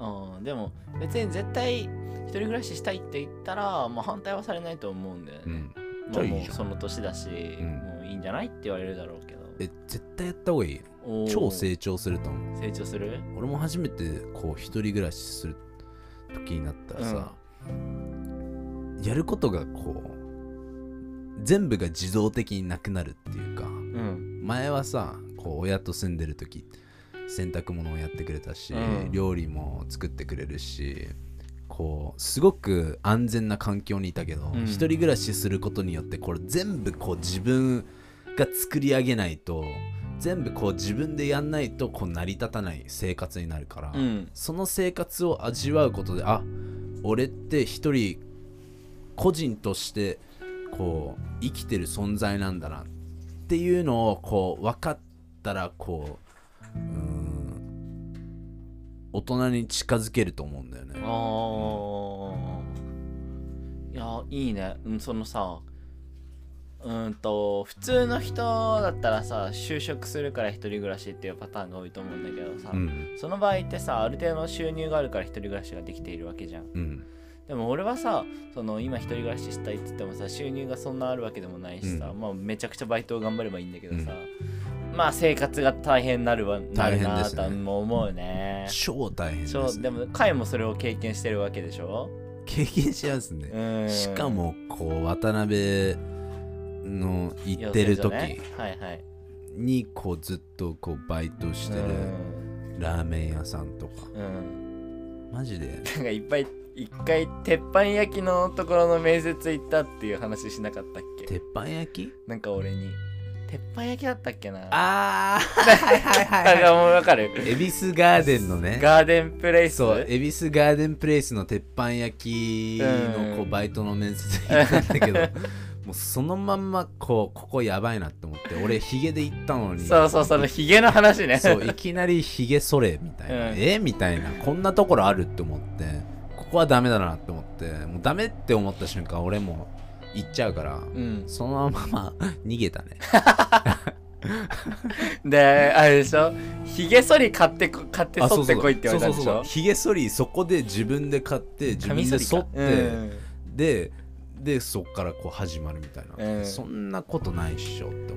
Speaker 2: あーでも別に絶対一人暮らししたいって言ったら、まあ、反対はされないと思うんだよ
Speaker 1: う
Speaker 2: ね、
Speaker 1: ん
Speaker 2: ま
Speaker 1: じゃあ
Speaker 2: あ
Speaker 1: いい
Speaker 2: も
Speaker 1: じ
Speaker 2: う
Speaker 1: ゃん
Speaker 2: その年だし、
Speaker 1: ん
Speaker 2: もういいんじゃないって言われるだろうけど
Speaker 1: え絶対やった方がいいよ
Speaker 2: おー
Speaker 1: 超成長すると思う
Speaker 2: 成長する
Speaker 1: 俺も初めてこう一人暮らしする時になったらさ、やることがこう全部が自動的になくなるっていうか
Speaker 2: うん
Speaker 1: 前はさこう親と住んでる時洗濯物をやってくれたし、
Speaker 2: うん
Speaker 1: 料理も作ってくれるしこうすごく安全な環境にいたけど、
Speaker 2: うん
Speaker 1: 一人暮らしすることによってこれ全部こう自分が作り上げないと全部こう自分でやんないとこう成り立たない生活になるから、
Speaker 2: うん
Speaker 1: その生活を味わうことであ俺って一人個人としてこう生きてる存在なんだなっていうのをこう分かったらこううーん大人に近づけると思うんだよね
Speaker 2: あ。あいやいいねうんそのさうーんと普通の人だったらさ就職するから一人暮らしっていうパターンが多いと思うんだけどさ、
Speaker 1: うん
Speaker 2: その場合ってさある程度の収入があるから一人暮らしができているわけじゃん
Speaker 1: うん
Speaker 2: でも俺はさその今一人暮らししたいって言ってもさ収入がそんなあるわけでもないしさ、
Speaker 1: う
Speaker 2: まあ、めちゃくちゃバイトを頑張ればいいんだけどさ、まあ生活が大変になるわなる
Speaker 1: 大変
Speaker 2: な
Speaker 1: です
Speaker 2: とは
Speaker 1: ね
Speaker 2: もう思うね
Speaker 1: 超大変
Speaker 2: そ
Speaker 1: で
Speaker 2: う
Speaker 1: す、
Speaker 2: で
Speaker 1: ね、
Speaker 2: も彼もそれを経験してるわけでしょ
Speaker 1: 経験しやすね、
Speaker 2: うん
Speaker 1: しかもこう渡辺の行ってる
Speaker 2: 養成所
Speaker 1: 時
Speaker 2: ねはいはい
Speaker 1: にこうずっとこうバイトしてる
Speaker 2: うん
Speaker 1: ラーメン屋さんとか
Speaker 2: うん
Speaker 1: マジで
Speaker 2: なんかいっぱい一回鉄板焼きのところの面接行ったっていう話しなかったっけ
Speaker 1: 鉄板焼き
Speaker 2: なんか俺に鉄板焼きだったっけな
Speaker 1: ああはいはい
Speaker 2: だか
Speaker 1: はい、
Speaker 2: らもうわかる
Speaker 1: 恵比寿ガーデンのね
Speaker 2: ガーデンプレイス
Speaker 1: そう恵比寿ガーデンプレイスの鉄板焼きのこ
Speaker 2: う
Speaker 1: うんバイトの面接に行ったんだ けどもうそのまんまこうここやばいなって思って俺ヒゲで行ったのに
Speaker 2: そうそうそのヒゲの話ね
Speaker 1: そういきなりヒゲ剃れみたいな、
Speaker 2: うん
Speaker 1: えみたいなこんなところあるって思ってここはダメだなって思ってもうダメって思った瞬間俺もう行っちゃうから、
Speaker 2: うん
Speaker 1: そのまま 逃げたね
Speaker 2: であれでしょヒゲ剃り買ってこ買って剃ってこいって言われたんでしょ
Speaker 1: ヒゲ剃りそこで自分で買って自分
Speaker 2: 髪
Speaker 1: で
Speaker 2: 剃りか
Speaker 1: 剃って、
Speaker 2: うん
Speaker 1: ででそっからこう始まるみたいな、
Speaker 2: うん
Speaker 1: そんなことないっしょって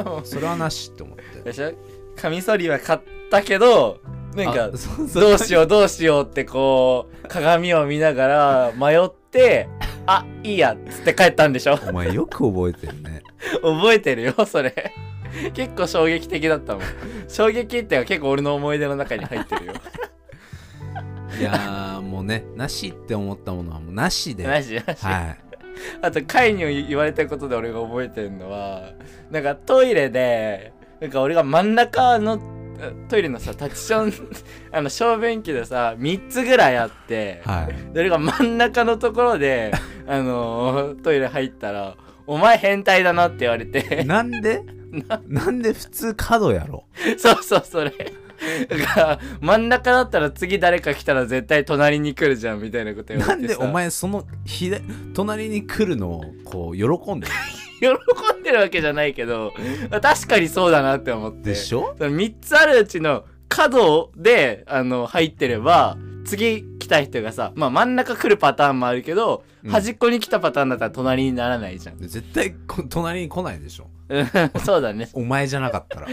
Speaker 1: 思っ てそれはなしって思って
Speaker 2: でしょカミソリは買ったけど なんか
Speaker 1: あそう そう
Speaker 2: どうしようどうしようってこう鏡を見ながら迷ってあいいやっつって帰ったんでしょ
Speaker 1: お前よく覚えてるね
Speaker 2: 覚えてるよそれ結構衝撃的だったもん衝撃ってのは結構俺の思い出の中に入ってる よ
Speaker 1: いやーもうねなしって思ったものはもうなしで
Speaker 2: マジマジ、
Speaker 1: はい
Speaker 2: あとカイに言われたことで俺が覚えてるのはなんかトイレでなんか俺が真ん中のトイレのさタッチション あの小便器でさ3つぐらいあって、
Speaker 1: はい
Speaker 2: で俺が真ん中のとこ ろであのートイレ入ったら「お前変態だな」って言われて
Speaker 1: なんでなんで普通角やろ
Speaker 2: そうそうそれだから真ん中だったら次誰か来たら絶対隣に来るじゃんみたいなこと言わ
Speaker 1: な
Speaker 2: れて
Speaker 1: んで
Speaker 2: さ
Speaker 1: お前その左隣に来るのをこう喜んでる
Speaker 2: 喜んでるわけじゃないけど確かにそうだなって思って
Speaker 1: でしょ
Speaker 2: その3つあるうちの角であの入ってれば次来た人がさ、まあ、真ん中来るパターンもあるけど、
Speaker 1: うん
Speaker 2: 端っこに来たパターンだったら隣にならない じゃん
Speaker 1: で絶対こ隣に来ないでしょ
Speaker 2: うんそうだね
Speaker 1: お前じゃなかったら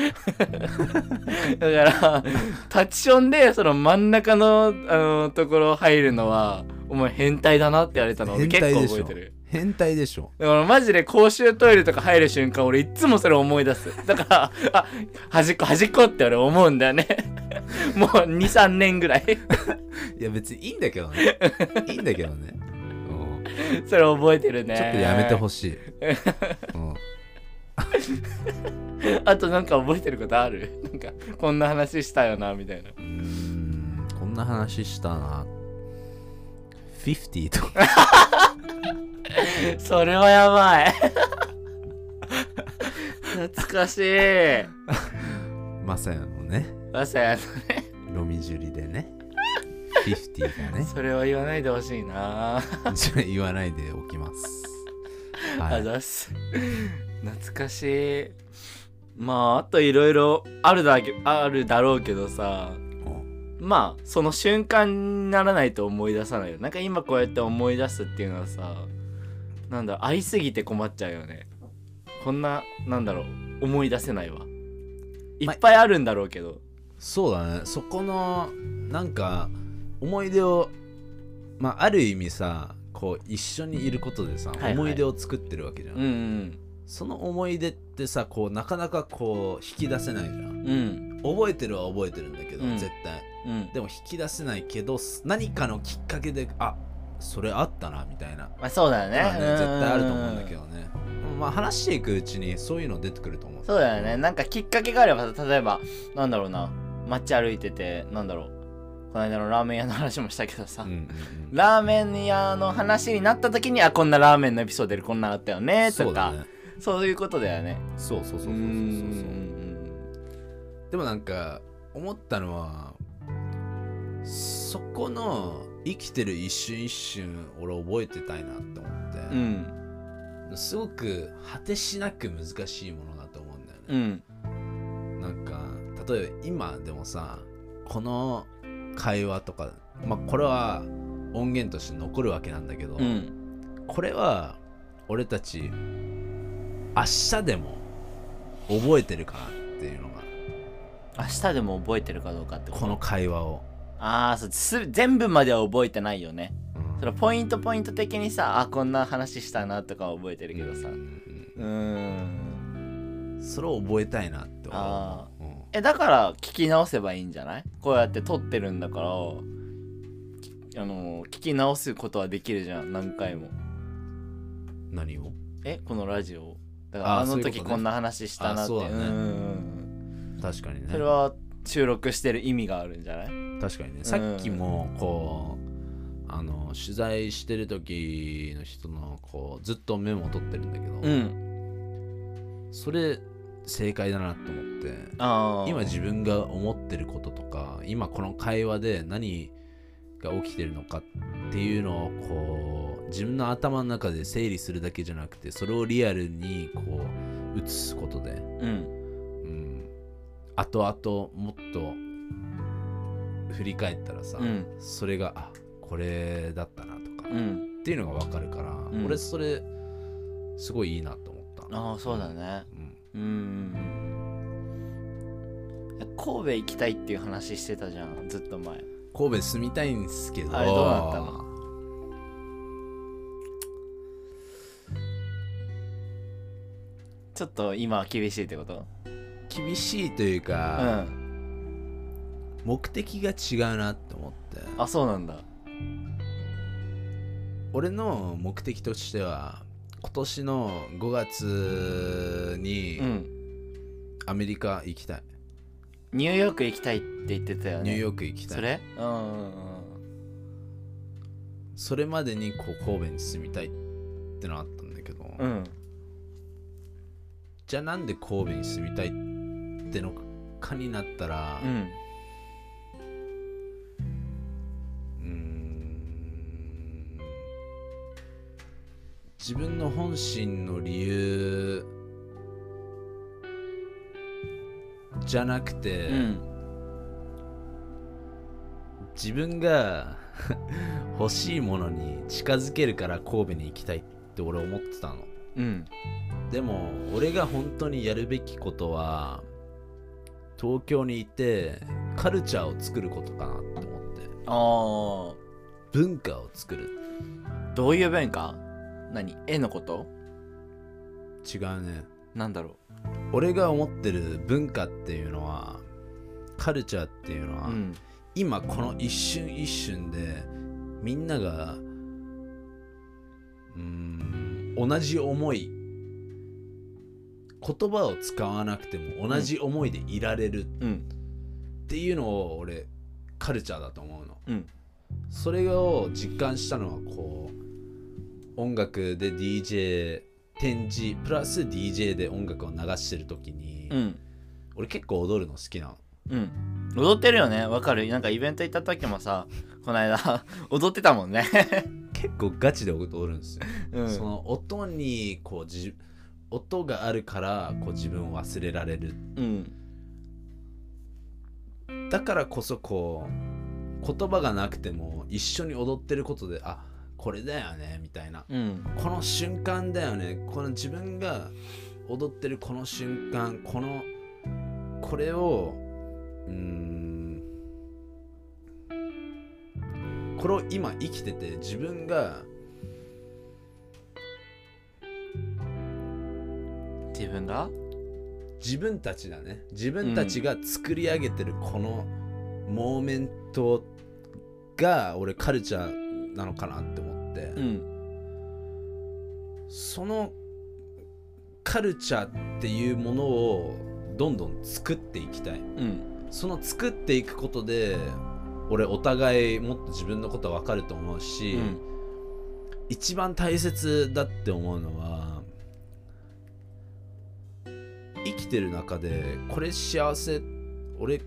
Speaker 2: だからタッチションでその真ん中のあのところ入るのはお前変態だなって言われたの俺
Speaker 1: 変
Speaker 2: 結
Speaker 1: 態
Speaker 2: 構
Speaker 1: で
Speaker 2: 覚
Speaker 1: し
Speaker 2: え
Speaker 1: ょ
Speaker 2: てる
Speaker 1: 変態でしょ
Speaker 2: だからマジで公衆トイレとか入る瞬間俺いっつもそれ思い出すだからあ端っこ端っこって俺思うんだよね もう23年ぐらい
Speaker 1: いや別にいいんだけどねいいんだけどね、うん、ち
Speaker 2: それ覚えてるね
Speaker 1: ょっとやめて
Speaker 2: し
Speaker 1: ほしい、うん、
Speaker 2: いあとなんか覚えてることあるなんかこんな話したよなみたいな
Speaker 1: うーんこんな話したな50とか
Speaker 2: それはやばい 懐かしい。
Speaker 1: まさやのね
Speaker 2: まさや
Speaker 1: ロミジュリでねフィフティが
Speaker 2: の、
Speaker 1: ね
Speaker 2: それは言わないでほしいな。
Speaker 1: じゃあ言わないでおきますは
Speaker 2: あ
Speaker 1: い
Speaker 2: ざっす。懐かしい。まあ、あといろいろあるだけ、あるだろうけどさ。
Speaker 1: うん
Speaker 2: まあ、その瞬間にならないと思い出さないよ。なんか今こうやって思い出すっていうのはさ、なんだ、会いすぎて困っちゃうよね。こんな、なんだろう、思い出せないわ。いっぱいあるんだろうけど。
Speaker 1: そうだねそこのなんか思い出をまあある意味さこう一緒にいることでさ、
Speaker 2: いはい
Speaker 1: 思い出を作ってるわけじゃん、
Speaker 2: うんうん。
Speaker 1: その思い出ってさこうなかなかこう引き出せないじゃん
Speaker 2: うん。
Speaker 1: 覚えてるは覚えてるんだけど、
Speaker 2: うん
Speaker 1: 絶対
Speaker 2: うん。
Speaker 1: でも引き出せないけどす何かのきっかけであそれあったなみたいな、
Speaker 2: まあそうだよね。
Speaker 1: まあね絶対あると思うんだ
Speaker 2: ど
Speaker 1: けどねまあ話していくうちにそういうの出てくると思う
Speaker 2: そうだよねなんかきっかけがあれば例えばなんだろうな街歩いててなんだろうこの間のラーメン屋の話もしたけどさ、
Speaker 1: うんうんうん
Speaker 2: ラーメン屋の話になった時にあこんなラーメンのエピソードでこんなのあったよね
Speaker 1: そ
Speaker 2: と
Speaker 1: うだ
Speaker 2: か
Speaker 1: ね
Speaker 2: そう,、いうことだよね
Speaker 1: そうそうそうそうそうう
Speaker 2: ー
Speaker 1: そうそうんでもなんか思ったのはそこの生きてる一瞬一瞬俺覚えてたいなって思って、
Speaker 2: うん
Speaker 1: すごく果てしなく難しいものだと思うんだよね、
Speaker 2: うん
Speaker 1: なんか例えば今でもさこの会話とかまあこれは音源として残るわけなんだけど、
Speaker 2: うん
Speaker 1: これは俺たち明日でも覚えてるかなっていうのが
Speaker 2: 明日でも覚えてるかどうかってこと
Speaker 1: この会話を、
Speaker 2: ああそうす全部までは覚えてないよね
Speaker 1: うん
Speaker 2: そのポイントポイント的にさあこんな話したなとかは覚えてるけどさ
Speaker 1: うんう
Speaker 2: う
Speaker 1: ん
Speaker 2: ーん
Speaker 1: うんそれを覚えたいなって思
Speaker 2: ああ
Speaker 1: う、うん
Speaker 2: えだから聞き直せばいいんじゃないこうやって撮ってるんだからきあの聞き直すことはできるじゃん何回も
Speaker 1: 何を
Speaker 2: えこのラジオだからあ
Speaker 1: あー
Speaker 2: の
Speaker 1: そういう
Speaker 2: 時
Speaker 1: ことね
Speaker 2: こんな話したなって
Speaker 1: あーそうだね
Speaker 2: んん
Speaker 1: 確かに
Speaker 2: うん
Speaker 1: ね
Speaker 2: それは収録してる意味があるんじゃない
Speaker 1: 確かにねさっきもこう、あの取材してる時の人のこうずっとメモを取ってるんだけど、
Speaker 2: ん
Speaker 1: それ正解だなと思って
Speaker 2: ああ
Speaker 1: 今自分が思ってることとか今この会話で何が起きてるのかっていうのをこう自分の頭の中で整理するだけじゃなくてそれをリアルにこう映すことで、
Speaker 2: うん
Speaker 1: うん、後々もっと振り返ったらさ、
Speaker 2: うん
Speaker 1: それがあこれだったなとか、
Speaker 2: う
Speaker 1: っ
Speaker 2: ん
Speaker 1: ていうのが分かるから、
Speaker 2: ん
Speaker 1: 俺それすごいいいなと思った、
Speaker 2: ああそうだね
Speaker 1: うん、
Speaker 2: うんうん神戸行きたいっていう話してたじゃんずっと前
Speaker 1: 神戸住みたいんですけど
Speaker 2: あれどうなったのちょっと今は厳しいってこと
Speaker 1: 厳しいという
Speaker 2: う
Speaker 1: か、
Speaker 2: ん
Speaker 1: 目的が違うなって思って
Speaker 2: あそうなんだ
Speaker 1: 俺の目的としては今年の5月
Speaker 2: う
Speaker 1: に
Speaker 2: ん
Speaker 1: アメリカ行きたい、
Speaker 2: ニューヨーク行きたいって言ってたよ
Speaker 1: ニ
Speaker 2: ね
Speaker 1: ュー
Speaker 2: ー
Speaker 1: ヨーク行きたい
Speaker 2: それうんうんうん
Speaker 1: それまでにこう神戸に住みたいってのあったんだけど、
Speaker 2: うん
Speaker 1: じゃあなんで神戸に住みたいってのかになったら
Speaker 2: う
Speaker 1: うんーん自分の本心の理由じゃなくて、
Speaker 2: うん
Speaker 1: 自分が 欲しいものに近づけるから神戸に行きたいって俺思ってたの
Speaker 2: うん
Speaker 1: でも俺が本当にやるべきことは東京にいてカルチャーを作ることかなって思って
Speaker 2: あ
Speaker 1: 文化を作る
Speaker 2: あどういう文化何絵のこと
Speaker 1: 違うね
Speaker 2: なんだろ
Speaker 1: 俺が思ってる文化っていうのはカルチャーっていうの
Speaker 2: う
Speaker 1: は、
Speaker 2: うん
Speaker 1: 今この一瞬一瞬でみんながうーん同じ思い言葉を使わなくても同じ思いでいられる
Speaker 2: うん
Speaker 1: っていうのを俺カルチャーだと思うの
Speaker 2: うん
Speaker 1: それを実感したのはこう音楽で DJ 展示プラス DJ で音楽を流してる時に、
Speaker 2: うん
Speaker 1: 俺結構踊るの好きなの
Speaker 2: うん踊ってるよねわかるなんかイベント行った時もさこの間 踊ってたもんね
Speaker 1: 結構ガチで踊るんですよ、
Speaker 2: うん
Speaker 1: その音にこうじ音があるからこう自分を忘れられる
Speaker 2: うん
Speaker 1: だからこそこう言葉がなくても一緒に踊ってることであこれだよねみたいな
Speaker 2: うん
Speaker 1: この瞬間だよねこの自分が踊ってるこの瞬間このこれをうーんこれを今生きてて自分が
Speaker 2: 自分が
Speaker 1: 自分たちだね自分たちが作り上げてるこのモーメントが俺カルチャーなのかなって思って、
Speaker 2: うん
Speaker 1: そのカルチャーっていうものをどんどん作っていきたい
Speaker 2: うん
Speaker 1: その作っていくことで俺お互いもっと自分のこと分かると思う
Speaker 2: う
Speaker 1: し、
Speaker 2: ん
Speaker 1: 一番大切だって思うのは生きてる中でこれ幸せ俺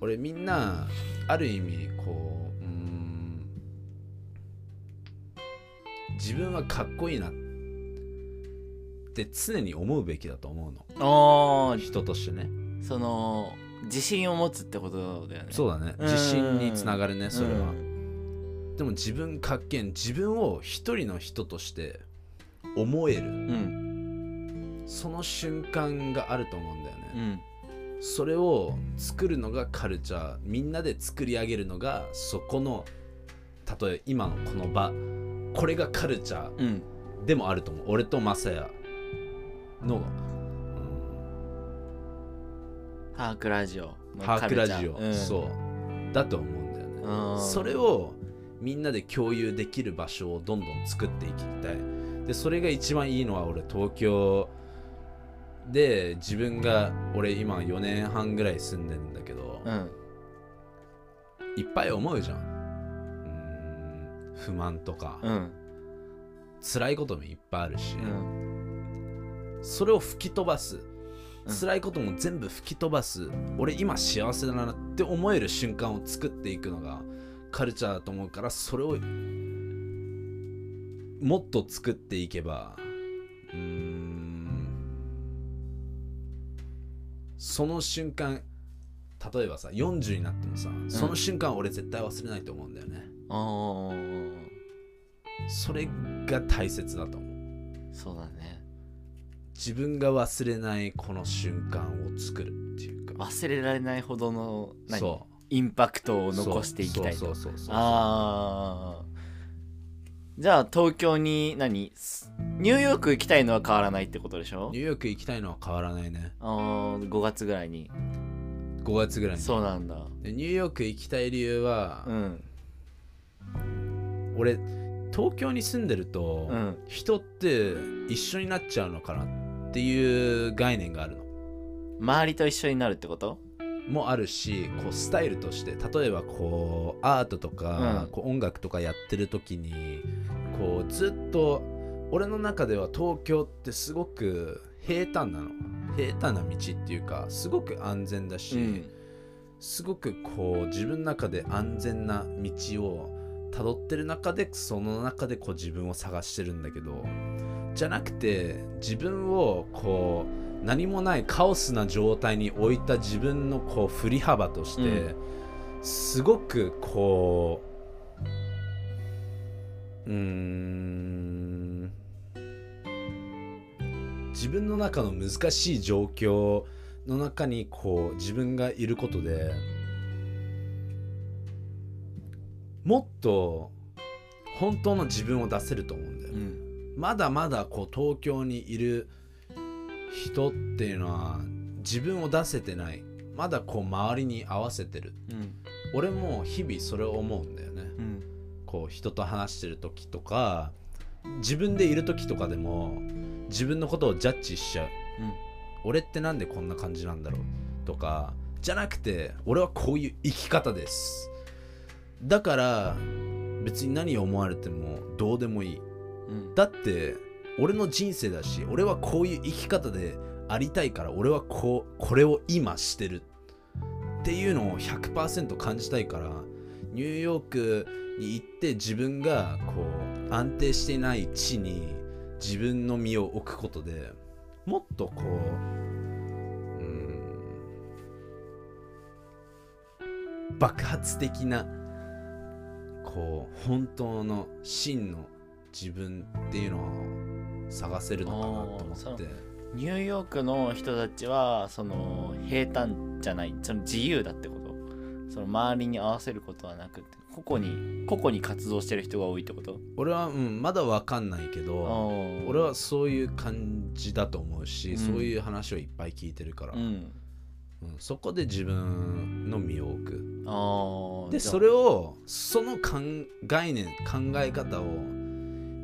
Speaker 1: 俺みんなある意味こううーん自分はかっこいいなって常に思うべきだと思うの
Speaker 2: あー
Speaker 1: 人としてね
Speaker 2: その自信を持つってことだよね
Speaker 1: そううだね
Speaker 2: ん
Speaker 1: 自信につながるね
Speaker 2: ん
Speaker 1: それは、でも自分かっけん自分を一人の人として思える
Speaker 2: うん
Speaker 1: その瞬間があると思うんだよ
Speaker 2: う
Speaker 1: ね、
Speaker 2: ん
Speaker 1: それを作るのがカルチャーみんなで作り上げるのがそこの例えば今のこの場これがカルチャ
Speaker 2: うん
Speaker 1: ーでもあると思う俺とマサヤの、
Speaker 2: ハークラジオ
Speaker 1: うん
Speaker 2: の
Speaker 1: ハー
Speaker 2: カ
Speaker 1: ク
Speaker 2: ル
Speaker 1: ラ
Speaker 2: チャ
Speaker 1: ジオ、そうだと思うんだよね
Speaker 2: うん
Speaker 1: それをみんなで共有できる場所をどんどん作っていきたいでそれが一番いいのは俺東京で自分が俺今4年半ぐらい住んでるんだけど、
Speaker 2: うん
Speaker 1: いっぱい思うじゃんうーん不満とか、
Speaker 2: うん
Speaker 1: 辛いこともいっぱいあるし、
Speaker 2: うん
Speaker 1: それを吹き飛ばす
Speaker 2: うん
Speaker 1: 辛いことも全部吹き飛ばす俺今幸せだなって思える瞬間を作っていくのがカルチャーだと思うからそれをもっと作っていけばうーんその瞬間例えばさ40になってもさその瞬間俺絶対忘れないと思うんだよね、
Speaker 2: あー
Speaker 1: それが大切だと思う
Speaker 2: そうだね
Speaker 1: 自分が忘れないこの瞬間を作るっていうか
Speaker 2: 忘れられないほどの何
Speaker 1: そう
Speaker 2: インパクトを残していきたい
Speaker 1: そ
Speaker 2: と
Speaker 1: うそうそうそうそう
Speaker 2: ああじゃあ東京に何すニューヨーク行きたいのは変わらないってことでしょ
Speaker 1: ニューヨーク行きたいのは変わらないね
Speaker 2: あー5月ぐらいに
Speaker 1: 5月ぐらいに
Speaker 2: そうなんだ
Speaker 1: でニューヨーク行きたい理由は
Speaker 2: う、ん
Speaker 1: 俺東京に住んでると、
Speaker 2: うん
Speaker 1: 人って一緒になっちゃうのかなっていう概念があるの
Speaker 2: 周りと一緒になるってこと
Speaker 1: もあるしこうスタイルとして例えばこうアートとか、
Speaker 2: うん
Speaker 1: こう音楽とかやってる時にこうずっと俺の中では東京ってすごく平坦なの平坦な道っていうかすごく安全だし、
Speaker 2: うん
Speaker 1: すごくこう自分の中で安全な道を辿ってる中でその中でこう自分を探してるんだけどじゃなくて自分をこう何もないカオスな状態に置いた自分のこう振り幅として、
Speaker 2: うん
Speaker 1: すごくこううーん自分の中の難しい状況の中にこう自分がいることでもっと本当の自分を出せると思うんだよ、
Speaker 2: うん
Speaker 1: まだまだこう東京にいる人っていうのは自分を出せてないまだこう周りに合わせてる
Speaker 2: うん
Speaker 1: 俺も日々それを思うんだよね、
Speaker 2: うん
Speaker 1: こう人と話してる時とか自分でいる時とかでも自分のことをジャッジしちゃう俺ってなんでこんな感じなんだろうとかじゃなくて俺はこういう生き方ですだから別に何を思われてもどうでもいい
Speaker 2: うん
Speaker 1: だって俺の人生だし俺はこういう生き方でありたいから俺はこうこれを今してるっていうのを100%感じたいからニューヨークに行って自分がこう安定してない地に自分の身を置くことでもっとこううん爆発的なこう本当の真の自分っていうのを探せるのかなと思って
Speaker 2: ニューヨークの人たちはその平坦じゃないその自由だってことその周りに合わせることはなくて個々に個々に活動してる人が多いってこと
Speaker 1: 俺は、うん、まだわかんないけど俺
Speaker 2: 俺
Speaker 1: はそういう感じだと思うし、
Speaker 2: うん
Speaker 1: そういう話をいっぱい聞いてるから、
Speaker 2: う
Speaker 1: うん
Speaker 2: ん
Speaker 1: そこで自分の身を置く
Speaker 2: ああ
Speaker 1: でそれをその考概念考え方を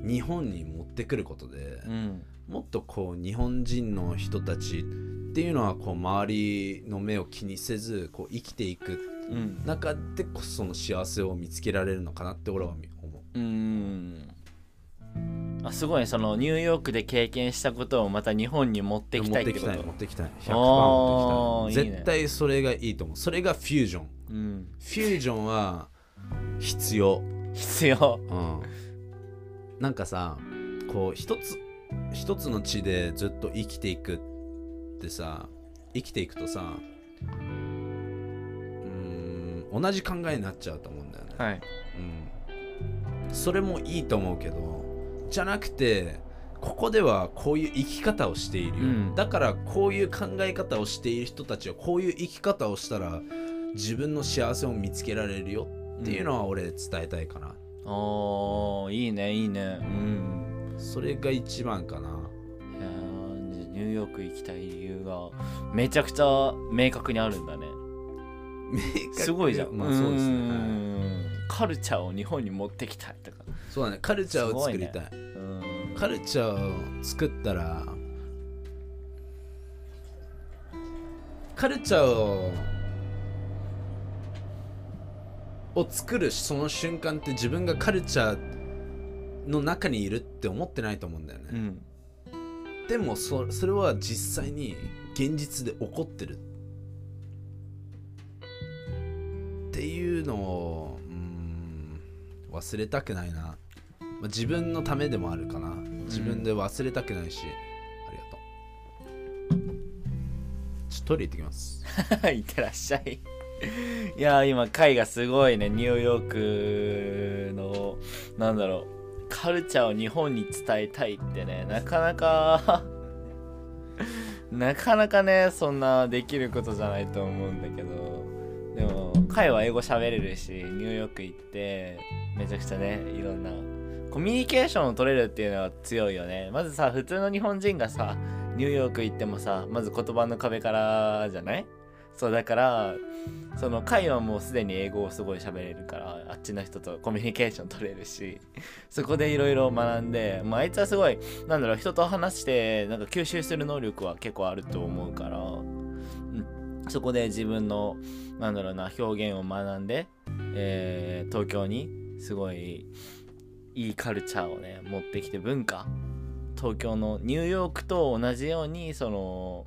Speaker 1: 日本に持ってくることで、
Speaker 2: うん
Speaker 1: もっとこう日本人の人たちっていうのはこう周りの目を気にせずこう生きていく
Speaker 2: うん
Speaker 1: 中でこその幸せを見つけられるのかなって俺は思
Speaker 2: うんあすごいねそのニューヨークで経験したことをまた日本に持っ
Speaker 1: う
Speaker 2: てきたいってこ
Speaker 1: 持ってきたい
Speaker 2: と
Speaker 1: 持ってきたい100%
Speaker 2: あー
Speaker 1: 持ってきたい
Speaker 2: いいね
Speaker 1: 絶対それがいいと思うそれがフュージョンフ
Speaker 2: うん
Speaker 1: ュージョンは必要
Speaker 2: 必要
Speaker 1: うん、なんかさこう一つ一つの地でずっと生きていくってさ生きていくとさうーん同じ考えになっちゃうと思うんだよね、
Speaker 2: はい
Speaker 1: うん、それもいいと思うけどじゃなくてここではこういう生き方をしているよ、
Speaker 2: うん
Speaker 1: だからこういう考え方をしている人たちはこういう生き方をしたら自分の幸せを見つけられるよっていうのは俺伝えたいかな、
Speaker 2: ああいいねいいねうん
Speaker 1: それが一番かな。
Speaker 2: いやーニューヨーク行きたい理由がめちゃくちゃ明確にあるんだねすごいじゃん
Speaker 1: まあそうですね。
Speaker 2: ー
Speaker 1: はい
Speaker 2: んカルチャーを日本に持ってきたいとか
Speaker 1: そうだね。カルチャーを作りたい。
Speaker 2: うーん
Speaker 1: カルチャーを作ったら、カルチャーをを作るその瞬間って自分がカルチャーの中にいるって思ってないと思うんだよ
Speaker 2: う
Speaker 1: ね。
Speaker 2: ん
Speaker 1: でもそそれは実際に現実で起こってる。っていうのをうーん忘れたくないな、まあ、自分のためでもあるかな自分で忘れたくないし、ありがとうちょっとトイレ行ってきます
Speaker 2: いってらっしゃいいやー今海がすごいねニューヨークのなんだろうカルチャーを日本に伝えたいってねなかなか なかなかねそんなできることじゃないと思うんだけどでも海は英語喋れるしニューヨーク行ってめちゃくちゃねいろんなコミュニケーションを取れるっていうのは強いよねまずさ普通の日本人がさニューヨーク行ってもさまず言葉の壁からじゃないそうだからその会はもうすでに英語をすごい喋れるからあっちの人とコミュニケーション取れるしそこでいろいろ学んで、まあ、あいつはすごいなんだろう人と話してなんか吸収する能力は結構あると思うから、うん、そこで自分のなんだろうな表現を学んで、えー東京にすごいいいカルチャーをね持ってきて文化東京のニューヨークと同じようにその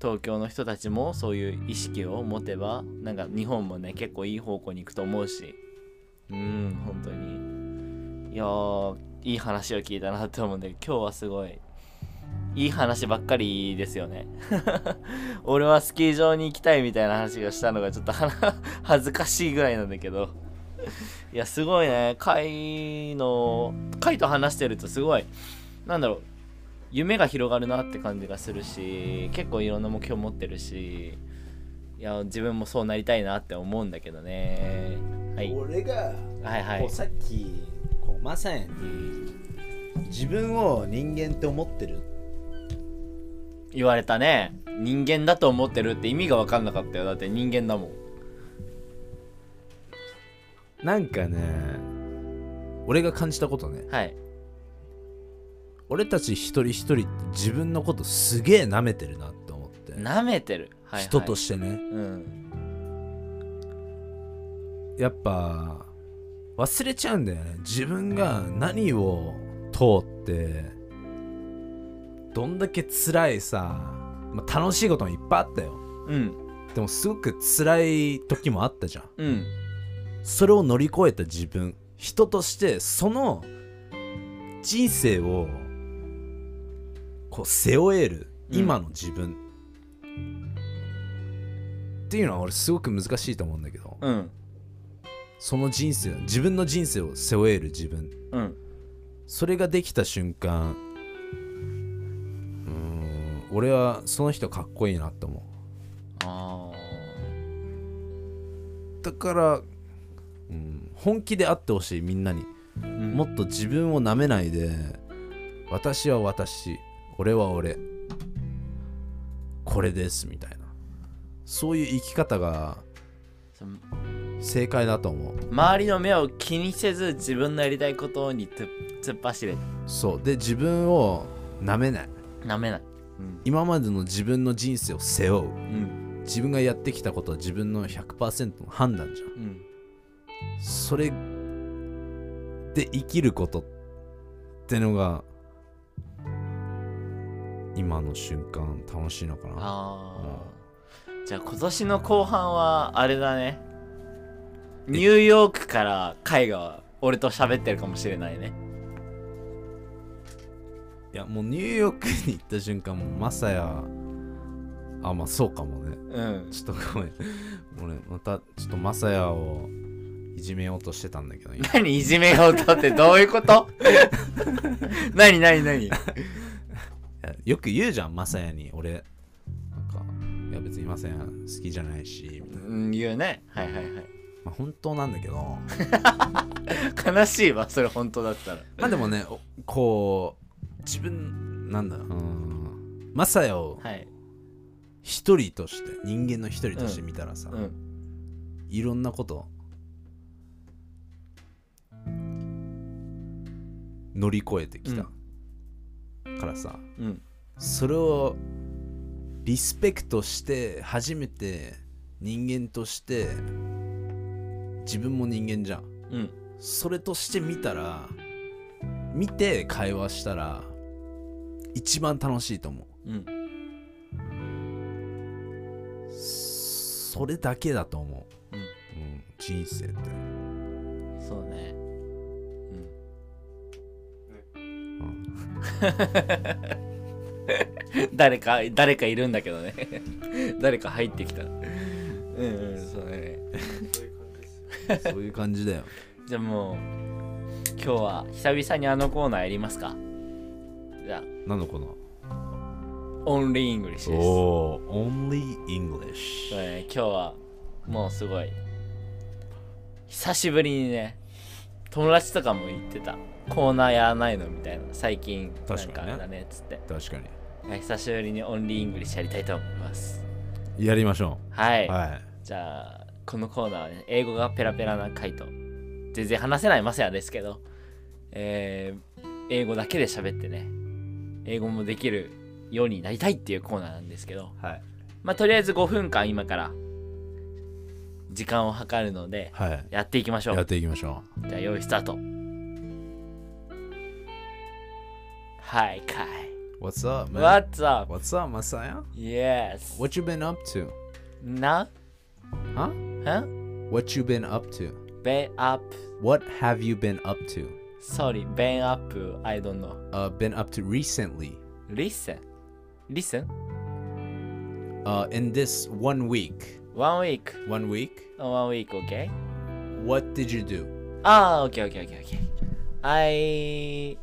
Speaker 2: 東京の人たちもそういう意識を持てばなんか日本もね結構いい方向に行くと思うしうん本当にいやーいい話を聞いたなと思うんだけど今日はすごいいい話ばっかりですよね 俺はスキー場に行きたいみたいな話がしたのがちょっとはな 恥ずかしいぐらいなんだけどいやすごいね海の海と話してるとすごいなんだろう夢が広がるなって感じがするし結構いろんな目標持ってるしいや自分もそうなりたいなって思うんだけどね、はい、
Speaker 1: 俺が
Speaker 2: はいはい
Speaker 1: こうさっきこうまさに自分を人間って思ってる
Speaker 2: 言われたね人間だと思ってるって意味が分かんなかったよだって人間だもん
Speaker 1: なんかね俺が感じたことね
Speaker 2: はい
Speaker 1: 俺たち一人一人自分のことすげえ舐めてるなって思って、
Speaker 2: なめてる、はいはい、
Speaker 1: 人としてね
Speaker 2: うん
Speaker 1: やっぱ忘れちゃうんだよね自分が何を通ってどんだけ辛いさ、まあ、楽しいこともいっぱいあったよ
Speaker 2: うん
Speaker 1: でもすごく辛い時もあったじゃん
Speaker 2: うん
Speaker 1: それを乗り越えた自分人としてその人生をこう背負える
Speaker 2: うん
Speaker 1: 今の自分、っていうのは俺すごく難しいと思うんだけど、
Speaker 2: うん
Speaker 1: その人生自分の人生を背負える自分
Speaker 2: うん
Speaker 1: それができた瞬間うーん俺はその人かっこいいなって思う
Speaker 2: あ
Speaker 1: だから、うん、本気であってほしいみんなに
Speaker 2: あ
Speaker 1: も
Speaker 2: も
Speaker 1: っと自分をなめないで私は私俺は俺これですみたいなそういう生き方が正解だと思う
Speaker 2: 周りの目を気にせず自分のやりたいことに突突っ走れ
Speaker 1: そうで自分をなめない
Speaker 2: なめないうん
Speaker 1: 今までの自分の人生を背負う
Speaker 2: うん
Speaker 1: 自分がやってきたことは自分の100%の判断じゃん
Speaker 2: うん
Speaker 1: それで生きることってのが今の瞬間楽しいのかな
Speaker 2: ああじゃあ今年の後半はあれだねニューヨークから海が俺と喋ってるかもしれないね
Speaker 1: いやもうニューヨークに行った瞬間もうまさやあまあそうかもね
Speaker 2: うん
Speaker 1: ちょっとごめん俺またちょっとまさやをいじめようとしてたんだけど今
Speaker 2: 何いじめが歌ってどういうこと何何何
Speaker 1: いやよく言うじゃんまさやに俺なんかいや別にまさや好きじゃないしみたいな
Speaker 2: うん言うねはいはいはい
Speaker 1: まあ、本当なんだけど
Speaker 2: 悲しいわそれ本当だったら
Speaker 1: まあでもねおこう自分なんだうーんマサヤを
Speaker 2: はい
Speaker 1: 一人として人間の一人として見たらさ、
Speaker 2: うん
Speaker 1: いろんなこと乗り越えてきた、からさ
Speaker 2: うん
Speaker 1: それをリスペクトして初めて人間として自分も人間じゃん
Speaker 2: うん
Speaker 1: それとして見たら見て会話したら一番楽しいと思
Speaker 2: うん
Speaker 1: うそれだけだと思う、うん人生って、
Speaker 2: そうね
Speaker 1: うん
Speaker 2: 誰か誰かいるんだけどね誰か入ってきたうんうんそうね
Speaker 1: そういう感じだよ
Speaker 2: じゃあもう今日は久々にあのコーナーやりますかじゃあ
Speaker 1: なのこの
Speaker 2: オンリーイングリッシュです
Speaker 1: おお Oh, Only
Speaker 2: そう
Speaker 1: English
Speaker 2: ね今日はもうすごい久しぶりにね友達とかも言ってたコーナーやらないのみたいな最近なん
Speaker 1: 確
Speaker 2: か
Speaker 1: かに
Speaker 2: あ
Speaker 1: ね
Speaker 2: れだねっつって
Speaker 1: 確か
Speaker 2: 久しぶりにオンリーイングリッシュやりたいと思います
Speaker 1: にやりましょ
Speaker 2: は
Speaker 1: う
Speaker 2: い、
Speaker 1: はい
Speaker 2: じゃあこのコーナーはね英語がペラペラな回と全然話せないマサヤですけど、えー英語だけで喋ってね英語もできるようになりたいっていうコーナーなんですけど
Speaker 1: はい
Speaker 2: まあとりあえず5分間今から時間を計るので
Speaker 1: はい
Speaker 2: やっていきましょ
Speaker 1: やっ
Speaker 2: う
Speaker 1: ていきましょ
Speaker 2: じゃあ用意スタートはいかいう
Speaker 1: What's up man?
Speaker 2: What's up?
Speaker 1: What's up マサヤ
Speaker 2: Yes
Speaker 1: What you been up to?
Speaker 2: な
Speaker 1: Huh?
Speaker 2: は
Speaker 1: What you been up to?
Speaker 2: ベンアップ
Speaker 1: What have you been up to?
Speaker 2: Sorry, bang up. I don't know.
Speaker 1: Uh, been up to recently?
Speaker 2: Listen. Listen.
Speaker 1: uh, in this one week,
Speaker 2: One week.
Speaker 1: one week,
Speaker 2: One week, okay?
Speaker 1: what did you do?
Speaker 2: Ah, okay, okay, okay, okay. I.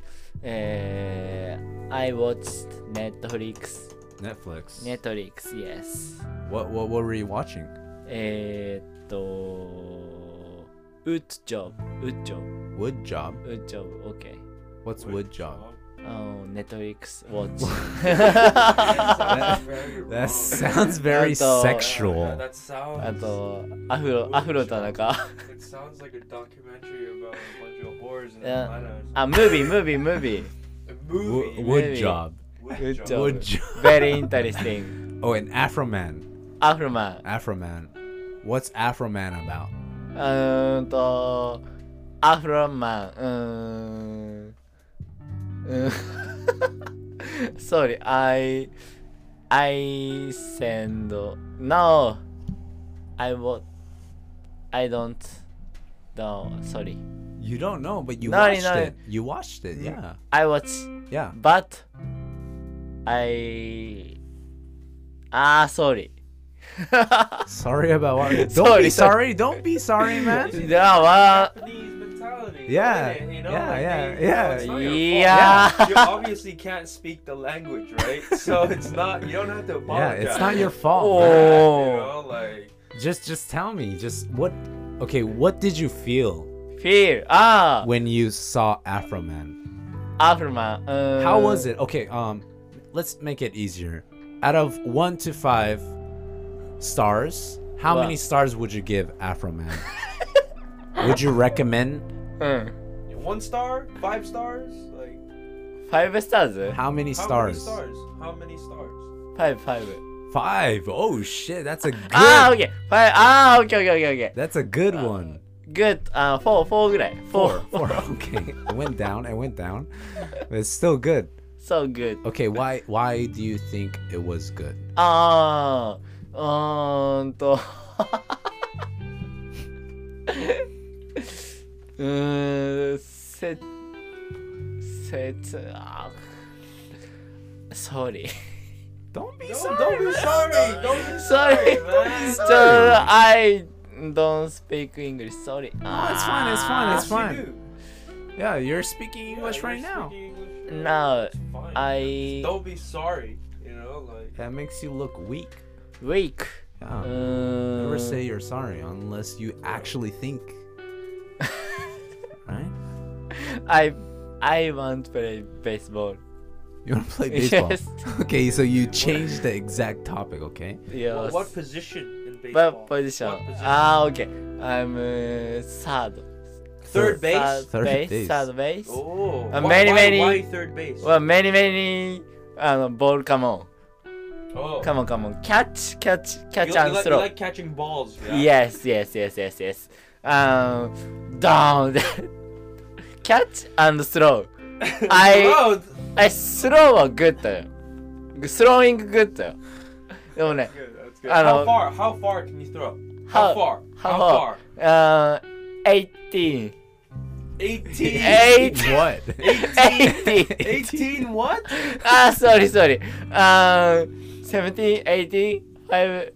Speaker 2: Uh, I watched Netflix.
Speaker 1: Netflix.
Speaker 2: Netflix, yes.
Speaker 1: What, what what were you watching?
Speaker 2: えーっと。Wood job. Wood job.
Speaker 1: Wood job.
Speaker 2: Wood job, okay.
Speaker 1: What's wood job?
Speaker 2: Oh, Netflix watch.
Speaker 1: That, that sounds very
Speaker 2: That's all.
Speaker 1: sexual.
Speaker 3: That sounds.
Speaker 2: あと、アフロ、アフロ田中。
Speaker 3: It sounds like a documentary about a bunch of whores in
Speaker 2: Yeah. Uh,
Speaker 3: Atlanta. or
Speaker 2: あ、ムービー、ムービー、ムービー。
Speaker 3: something. A
Speaker 1: Wo-
Speaker 3: movie.
Speaker 1: wood
Speaker 2: maybe.
Speaker 1: job.
Speaker 3: Wood
Speaker 2: Good
Speaker 3: job.
Speaker 2: job.
Speaker 1: Wood job.
Speaker 2: Very interesting.
Speaker 1: Oh, and Afro man.
Speaker 2: アフロマン。
Speaker 1: Afro man. What's Afro man about?
Speaker 2: う uh, ーんと、アフロマン。うーん。uh, Sorry, I I send no. I will. I don't. No, sorry.
Speaker 1: You don't know, but you
Speaker 2: No,
Speaker 1: watched
Speaker 2: no.
Speaker 1: it. You watched
Speaker 2: Mm.
Speaker 1: it, yeah.
Speaker 2: I watch,
Speaker 1: Yeah.
Speaker 2: but I. Ah, sorry.
Speaker 1: Sorry about what. Don't
Speaker 2: Sorry,
Speaker 1: be
Speaker 2: sorry.
Speaker 1: sorry. Don't be sorry, man.
Speaker 2: Yeah, well,
Speaker 3: Japanese mentality.
Speaker 1: Yeah,
Speaker 3: isn't it? You know,
Speaker 1: yeah,
Speaker 3: like,
Speaker 1: yeah,
Speaker 3: they- you know, it's not your fault.
Speaker 2: yeah.
Speaker 1: Yeah.
Speaker 3: You obviously can't speak the language, right? So it's not. You don't have to
Speaker 1: Yeah,
Speaker 3: apologize.
Speaker 1: it's not your
Speaker 2: Oh.
Speaker 1: fault.
Speaker 3: Yeah,
Speaker 1: man.
Speaker 2: Oh.
Speaker 3: You know, like
Speaker 1: Just just tell me. Just what Okay, what did you feel
Speaker 2: Fear. Ah,
Speaker 1: when you saw Afro Man?
Speaker 2: Afterman. Uh,
Speaker 1: How was it? Okay, um let's make it easier. Out of 1 to 5 stars, how
Speaker 2: Wow.
Speaker 1: many stars would you give Afro Man? would you recommend
Speaker 2: Mm.
Speaker 3: one star, five stars, like
Speaker 2: Five stars.
Speaker 1: how many
Speaker 3: how
Speaker 1: stars?
Speaker 3: many stars? How many stars?
Speaker 2: Five, five.
Speaker 1: 5. Oh shit, that's a good
Speaker 2: Ah, okay. Five. Ah, okay, okay, okay, okay.
Speaker 1: That's a good
Speaker 3: Uh,
Speaker 1: one.
Speaker 2: Good. Uh, four, four ぐらい。
Speaker 1: Four. Four. Okay. It went down. It went down. But it's still good.
Speaker 2: So good.
Speaker 1: Okay, why why do you think it was good?
Speaker 2: あー、うーん と。うーん、せ、せつ、あ、sorry。
Speaker 1: Don't be
Speaker 3: Don't, don't be sorry. Don't be
Speaker 2: Sorry.
Speaker 3: sorry, man.
Speaker 2: ちょ、I don't speak English, sorry. Ah.
Speaker 1: it's fine, it's fine, it's
Speaker 3: Yes,
Speaker 1: fine.
Speaker 3: you
Speaker 1: fine.
Speaker 3: do.
Speaker 1: Yeah, you're speaking
Speaker 3: Yeah,
Speaker 1: English
Speaker 3: you're
Speaker 1: right now.
Speaker 3: speaking English right now.
Speaker 2: No,
Speaker 3: It's fine.
Speaker 2: I
Speaker 3: Don't be sorry. You know, like
Speaker 1: That makes you look weak.
Speaker 2: weak. う
Speaker 1: Yeah.
Speaker 2: ー
Speaker 1: Never
Speaker 2: ん。
Speaker 1: say you're sorry unless you actually think. right?
Speaker 2: I, I want to play baseball.
Speaker 1: You want to play baseball?
Speaker 2: Yes.
Speaker 1: Okay, so you changed the exact topic, okay?
Speaker 2: Yes.
Speaker 3: what, what position in baseball?
Speaker 2: But position.
Speaker 3: What position?
Speaker 2: Ah, okay. I'm uh, third.
Speaker 3: Third
Speaker 2: Third
Speaker 3: base?
Speaker 1: Third
Speaker 2: base.
Speaker 1: base.
Speaker 2: Third base.
Speaker 3: oh.
Speaker 2: Uh,
Speaker 3: why,
Speaker 2: many,
Speaker 3: why,
Speaker 2: many-
Speaker 3: Why third base?
Speaker 2: Well, many, many. Uh, ball, come on.
Speaker 3: oh.
Speaker 2: Come on, come on. Catch, catch, catch
Speaker 3: you,
Speaker 2: and
Speaker 3: you like, you
Speaker 2: throw.
Speaker 3: like catching balls. Yeah.
Speaker 2: Yes, yes, yes, yes, yes. Um, down. catch and throw. I,
Speaker 3: Bro,
Speaker 2: I throw は good だよ。Throwing good だよ。でもね
Speaker 3: that's、good. That's good.
Speaker 2: I
Speaker 3: How
Speaker 2: know.
Speaker 3: far? How far can you throw?
Speaker 2: How-
Speaker 3: How far?
Speaker 2: how
Speaker 3: far?
Speaker 2: あー、18。
Speaker 3: Eighteen.
Speaker 2: 18
Speaker 1: What?
Speaker 2: 18
Speaker 3: Eighteen. What?
Speaker 2: ah sorry sorry um 17 18 5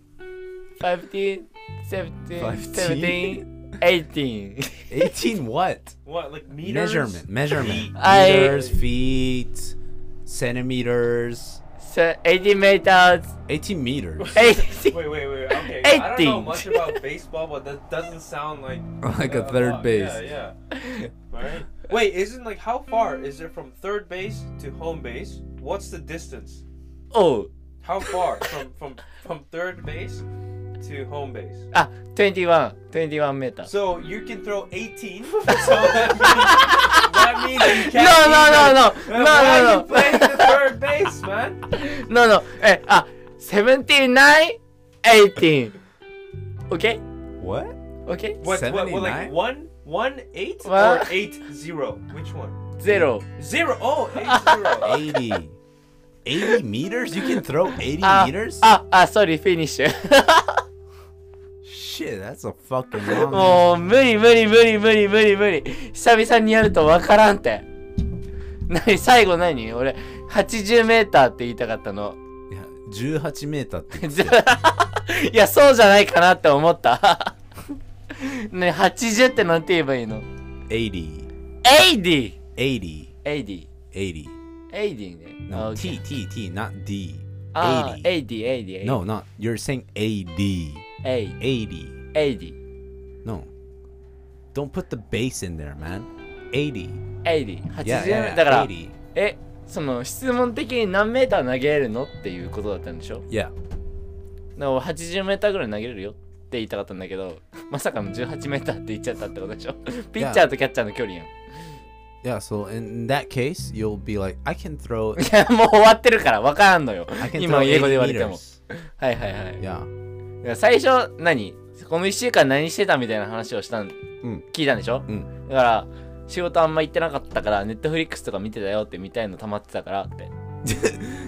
Speaker 2: 15 17 17 18
Speaker 1: 18 what?
Speaker 3: What? Like meters?
Speaker 1: Measurement. Measurement.
Speaker 2: I-
Speaker 1: Meters, feet, centimeters.
Speaker 2: so 80 meters
Speaker 1: 18 meters.
Speaker 2: 80
Speaker 3: Wait, wait, wait. Okay. I don't know
Speaker 2: 18.
Speaker 3: much about baseball, but that doesn't sound like
Speaker 1: like a
Speaker 3: Uh,
Speaker 1: third
Speaker 3: lot.
Speaker 1: base.
Speaker 3: Yeah, yeah. right. Wait, isn't like how far is it from third base to home base? What's the distance?
Speaker 2: oh
Speaker 3: How far from from from third base to home base?
Speaker 2: ah 21 21 meters
Speaker 3: So you can throw 18. so that means, that means you
Speaker 2: no
Speaker 3: can't
Speaker 2: no no
Speaker 3: even-
Speaker 2: no
Speaker 3: Then why are
Speaker 2: no
Speaker 3: you playing the
Speaker 2: no
Speaker 3: third base, man?
Speaker 2: no no no eh ah 79 18 okay
Speaker 1: What?
Speaker 2: okay
Speaker 3: What? What? what like
Speaker 1: 79?
Speaker 3: one, one eight
Speaker 2: Well-
Speaker 3: or eight zero? Which one?
Speaker 2: zero
Speaker 3: Zero. Oh, eight zero.
Speaker 1: 80. 80 meters? You can throw 80
Speaker 2: ah
Speaker 1: meters?
Speaker 2: ah ah sorry finish
Speaker 1: Shit, that's a fucking long.
Speaker 2: もう無理無理無理無理無理無理久々にやると分からんて何最後何俺 80m って言いたかったの
Speaker 1: いや18メーターって
Speaker 2: ずいやそうじゃないかなって思った ね80ってなんて言えばいいの
Speaker 1: 80
Speaker 2: 8080
Speaker 1: 80
Speaker 2: 80
Speaker 1: 80
Speaker 2: 80ね
Speaker 1: no
Speaker 2: Okay
Speaker 1: T T T not D
Speaker 2: あー
Speaker 1: 80
Speaker 2: 80 80
Speaker 1: no not you're saying AD 80
Speaker 2: 80 80
Speaker 1: no don't put the bass in there man 80
Speaker 2: 80
Speaker 1: yeah,
Speaker 2: 80
Speaker 1: yeah, yeah
Speaker 2: だから
Speaker 1: 80
Speaker 2: えその質問的に何メーター投げれるのっていうことだったんでしょ
Speaker 1: yeah
Speaker 2: だから80メーターぐらい投げれるよって言いたかったんだけど、まさかの18メーターって言っちゃったってことでしょ。ピッチャーとキャッチャーの距離やん。い
Speaker 1: yeah so in that case you'll be like I can throw
Speaker 2: や、 もう終わってるから分からんのよ
Speaker 1: I。can
Speaker 2: 今、
Speaker 1: throw
Speaker 2: 英語で言わ
Speaker 1: 80
Speaker 2: れても。
Speaker 1: meters
Speaker 2: はいはいはい。だか
Speaker 1: yeah
Speaker 2: ら最初、何この1週間何してたみたいな話をしたん、
Speaker 1: ん
Speaker 2: 聞いたんでしょ
Speaker 1: うん
Speaker 2: だから、仕事あんま行ってなかったから、ネットフリックスとか見てたよって見たいの溜まってたからって。